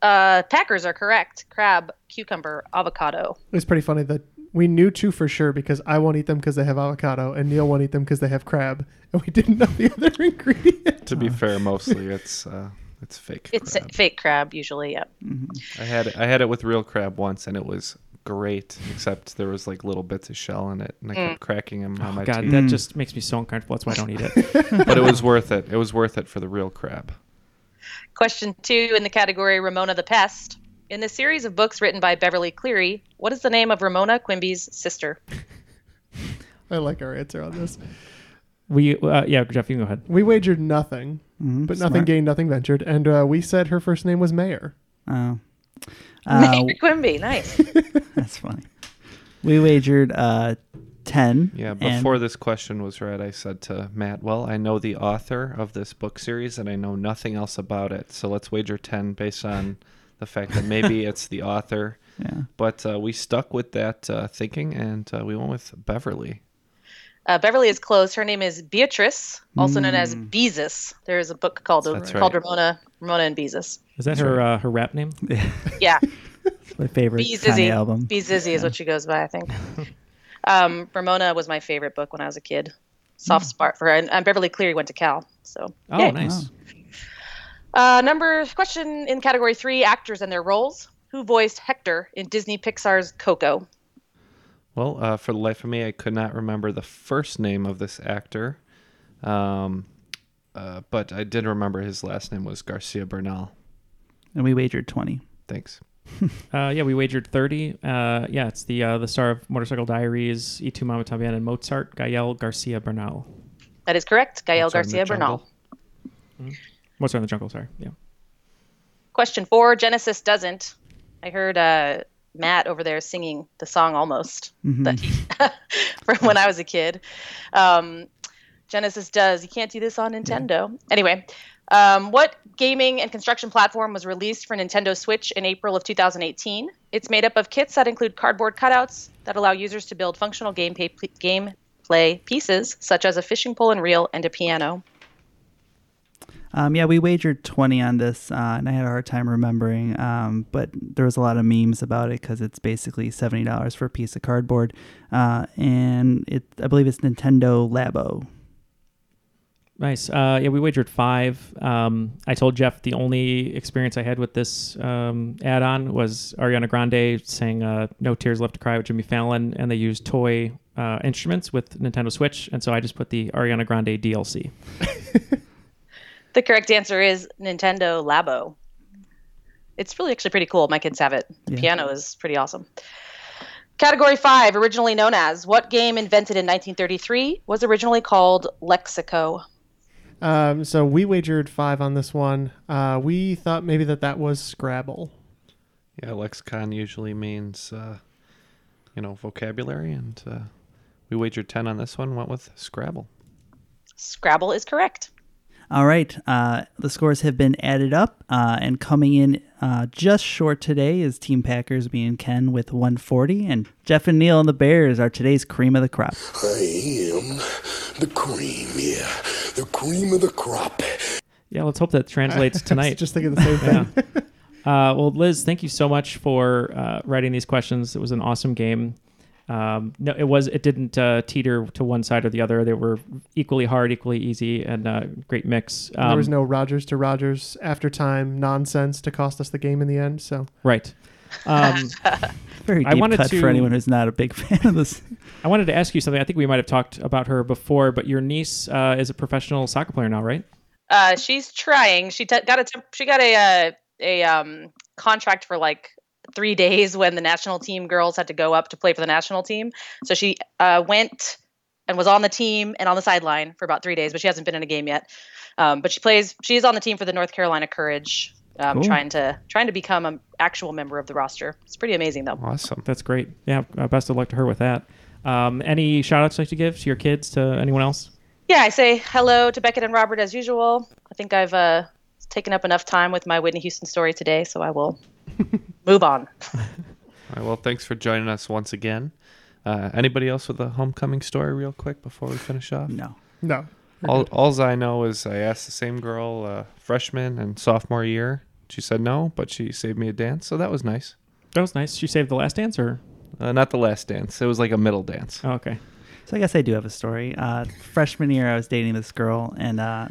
[SPEAKER 6] Uh, packers are correct. Crab, cucumber, avocado.
[SPEAKER 5] It was pretty funny that we knew two for sure because I won't eat them because they have avocado, and Neil won't eat them because they have crab, and we didn't know the other ingredient.
[SPEAKER 2] To
[SPEAKER 3] Oh.
[SPEAKER 2] be
[SPEAKER 3] [laughs]
[SPEAKER 2] fair, mostly it's uh, it's fake.
[SPEAKER 6] It's fake crab usually. Yep.
[SPEAKER 3] Mm-hmm.
[SPEAKER 2] I had I had it with real crab once, and it was great. Except there was like little bits of shell in it, and I
[SPEAKER 6] Mm.
[SPEAKER 2] kept cracking them on
[SPEAKER 3] Oh,
[SPEAKER 2] my
[SPEAKER 3] God,
[SPEAKER 2] teeth.
[SPEAKER 3] that just makes me so uncomfortable. That's why I don't eat
[SPEAKER 2] [laughs]
[SPEAKER 3] it.
[SPEAKER 2] but it was worth it. It was worth it for the real crab.
[SPEAKER 6] Question two in the category Ramona the Pest. In the series of books written by Beverly Cleary, what is the name of Ramona Quimby's sister?
[SPEAKER 5] I like our answer on this.
[SPEAKER 3] We uh, yeah, Jeff, you can go ahead.
[SPEAKER 5] We wagered nothing,
[SPEAKER 4] Mhm,
[SPEAKER 5] but
[SPEAKER 4] smart.
[SPEAKER 5] nothing gained, nothing ventured, and uh, we said her first name was Mayor.
[SPEAKER 4] Oh. Uh,
[SPEAKER 6] Mayor [laughs] Quimby,
[SPEAKER 2] [laughs]
[SPEAKER 6] nice.
[SPEAKER 4] [laughs] that's funny. We wagered uh, 10.
[SPEAKER 2] Yeah,
[SPEAKER 4] and-
[SPEAKER 2] before this question was read, I said to Matt, Well, I know the author of this book series and I know nothing else about it. So let's wager 10 based on the fact that maybe [laughs] it's the author.
[SPEAKER 4] Yeah.
[SPEAKER 2] But uh, we stuck with that uh, thinking and uh, we went with Beverly.
[SPEAKER 6] Uh, Beverly is close. Her name is Beatrice, also known as
[SPEAKER 2] Mm.
[SPEAKER 6] Beezus. There is a book called
[SPEAKER 2] That's
[SPEAKER 6] called
[SPEAKER 2] right.
[SPEAKER 6] Ramona, Ramona and Beezus.
[SPEAKER 3] Is that her uh, her rap name?
[SPEAKER 4] Yeah,
[SPEAKER 6] Yeah,
[SPEAKER 4] [laughs] my favorite Kanye
[SPEAKER 6] Beezizzy.
[SPEAKER 4] album.
[SPEAKER 6] Beezizzy is what she goes by,
[SPEAKER 4] [laughs]
[SPEAKER 6] I think. um, Ramona was my favorite book when I was a kid.
[SPEAKER 4] Mm.
[SPEAKER 6] Soft spot for her, and, and Beverly Cleary went to Cal. So
[SPEAKER 3] Oh,
[SPEAKER 6] yay.
[SPEAKER 3] nice.
[SPEAKER 6] Uh, number question in category three: actors and their roles. Who voiced Hector in Disney Pixar's Coco?
[SPEAKER 2] Well, uh, for the life of me, I could not remember the first name of this actor. Um, uh, but I did remember his last name was Garcia Bernal.
[SPEAKER 4] And we wagered 20.
[SPEAKER 2] Thanks.
[SPEAKER 3] [laughs] Uh, yeah, we wagered thirty. Uh, yeah, it's the uh, the star of Motorcycle Diaries, E2 Mama Tambien, and Mozart, Gael Garcia Bernal.
[SPEAKER 6] That is correct. Gael
[SPEAKER 3] Mozart in the
[SPEAKER 6] Garcia Bernal.
[SPEAKER 3] Mozart in the Jungle. Sorry. Yeah.
[SPEAKER 6] Question four: Genesis doesn't. I heard uh, Matt over there singing the song almost.
[SPEAKER 4] Hmm. Mm-hmm.
[SPEAKER 6] [laughs] from when I was a kid. Um, Genesis does. You can't do this on Nintendo. Anyway, um, what gaming and construction platform was released for Nintendo Switch in April of 2018? It's made up of kits that include cardboard cutouts that allow users to build functional game pay, game play pieces such as a fishing pole and reel and a piano.
[SPEAKER 4] Um, yeah, we wagered 20 on this, uh, and I had a hard time remembering, um, but there was a lot of memes about it because it's basically $70 for a piece of cardboard. Uh, and it, I believe it's Nintendo Labo.
[SPEAKER 3] Nice. Uh, yeah, we wagered five. Um, I told Jeff the only experience I had with this um, add-on was Ariana Grande sang uh, "No Tears Left to Cry" with Jimmy Fallon, and they used toy uh, instruments with Nintendo Switch, and so I just put the Ariana Grande DLC.
[SPEAKER 6] The correct answer is Nintendo Labo. It's really actually pretty cool. My kids have it. The
[SPEAKER 3] Yeah.
[SPEAKER 6] piano is pretty awesome. Category five, originally known as what game invented in 1933 was originally called Lexico.
[SPEAKER 5] Um, so we wagered five on this one. Uh, we thought maybe that that was Scrabble.
[SPEAKER 2] Yeah, lexicon usually means, uh, you know, vocabulary, and uh, we wagered ten on this one. Went with Scrabble.
[SPEAKER 6] Scrabble is correct.
[SPEAKER 4] All right. Uh, the scores have been added up, uh, and coming in uh, just short today is Team Packers being Ken with 140, and Jeff and Neil and the Bears are today's cream of the crop.
[SPEAKER 7] I am the cream, yeah. The cream of the crop.
[SPEAKER 3] Yeah, let's hope
[SPEAKER 5] [laughs]
[SPEAKER 3] that translates tonight.
[SPEAKER 5] just thinking the same thing. [laughs]
[SPEAKER 3] Yeah. Uh, well, Liz, thank you so much for uh, writing these questions. It was an awesome game. Um, no, it was. It didn't uh, teeter to one side or the other. They were equally hard, equally easy, and uh, great mix. Um,
[SPEAKER 5] there was no Rogers to Rogers after time nonsense to cost us the game in the end. So
[SPEAKER 3] Right. Um,
[SPEAKER 4] [laughs] Very deep
[SPEAKER 3] I wanted
[SPEAKER 4] cut
[SPEAKER 3] to,
[SPEAKER 4] for anyone who's not a big [laughs] fan of this.
[SPEAKER 3] I wanted to ask you something. I think we might have talked about her before, but your niece uh, is a professional soccer player now, right?
[SPEAKER 6] Uh, she's trying. She t- got a temp- she got a uh, a um, contract for like three days when the national team girls had to go up to play for the national team. So she uh, went and was on the team and on the sideline for about three days, but she hasn't been in a game yet. Um, but she plays. She's on the team for the North Carolina Courage. Um,
[SPEAKER 3] Cool.
[SPEAKER 6] Trying to trying to become an actual member of the roster. It's pretty amazing though.
[SPEAKER 2] Awesome.
[SPEAKER 3] That's great. Yeah. Uh, best of luck to her with that. Um, any shout outs like to give to your kids, to anyone else?
[SPEAKER 6] Yeah, I say hello to Beckett and Robert as usual. I think I've uh, taken up enough time with my Whitney Houston story today, so I will move on.
[SPEAKER 2] All right, well, thanks for joining us once again. Uh, anybody else with a homecoming story, real quick, before we finish off?
[SPEAKER 4] No.
[SPEAKER 5] No. We're
[SPEAKER 2] All,
[SPEAKER 5] good.
[SPEAKER 2] alls I know is I asked the same girl uh, freshman and sophomore year. She said no, but she saved me a dance, so that was nice.
[SPEAKER 3] That was nice. She saved the last dance, or
[SPEAKER 2] uh, not the last dance. It was like a middle dance.
[SPEAKER 3] Oh, okay.
[SPEAKER 4] So I guess I do have a story. Uh, freshman year, I was dating this girl, and uh,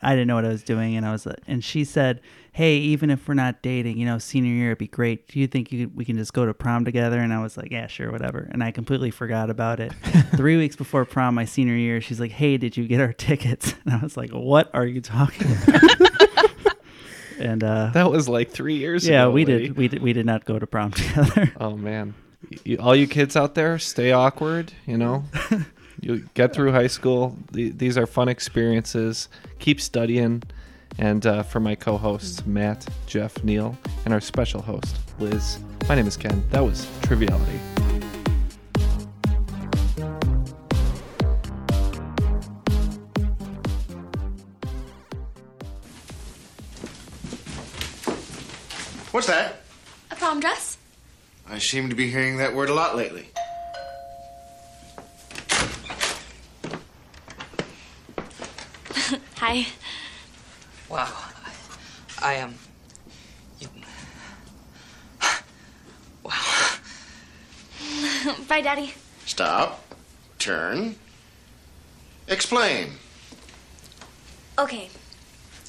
[SPEAKER 4] I didn't know what I was doing, and I was, uh, and she said, "Hey, even if we're not dating, you know, senior year it'd be great. Do you think you could, we can just go to prom together?" And I was like, "Yeah, sure, whatever." And I completely forgot about
[SPEAKER 3] [laughs]
[SPEAKER 4] it. Three weeks before prom, my senior year, she's like, "Hey, did you get our tickets?" [laughs] And I was like, "What are you talking
[SPEAKER 3] [laughs]
[SPEAKER 4] about?" and uh,
[SPEAKER 2] That was like three years
[SPEAKER 4] yeah,
[SPEAKER 2] ago,
[SPEAKER 4] we
[SPEAKER 2] lady.
[SPEAKER 4] did. We did. We did not go to prom together.
[SPEAKER 2] Oh man, you, all you kids out there, stay awkward. You know, you get through high school. The, these are fun experiences. Keep studying. And uh, for my co-hosts Matt, Jeff, Neil, and our special host Liz, my name is Ken. That was Triviality.
[SPEAKER 10] What's that?
[SPEAKER 11] A prom dress?
[SPEAKER 10] I seem to be hearing that word a lot lately.
[SPEAKER 11] [laughs] Hi.
[SPEAKER 12] Wow. I, um. [sighs]
[SPEAKER 11] [laughs] Bye, Daddy.
[SPEAKER 10] Stop. Turn. Explain.
[SPEAKER 11] Okay.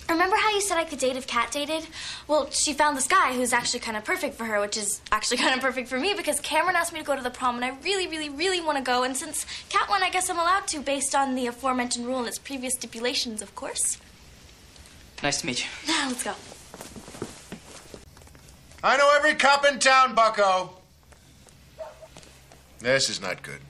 [SPEAKER 11] Remember how you said I could date if Kat dated? Well, she found this guy who's actually kind of perfect for her, which is actually [laughs] kind of perfect for me because Cameron asked me to go to the prom and I really, really, really want to go. And since Kat won, I guess I'm allowed to based on the aforementioned rule and its previous stipulations, of course. [laughs]
[SPEAKER 12] Nice to meet you.
[SPEAKER 11] Let's go.
[SPEAKER 10] I know every cop in town, bucko. This is not good.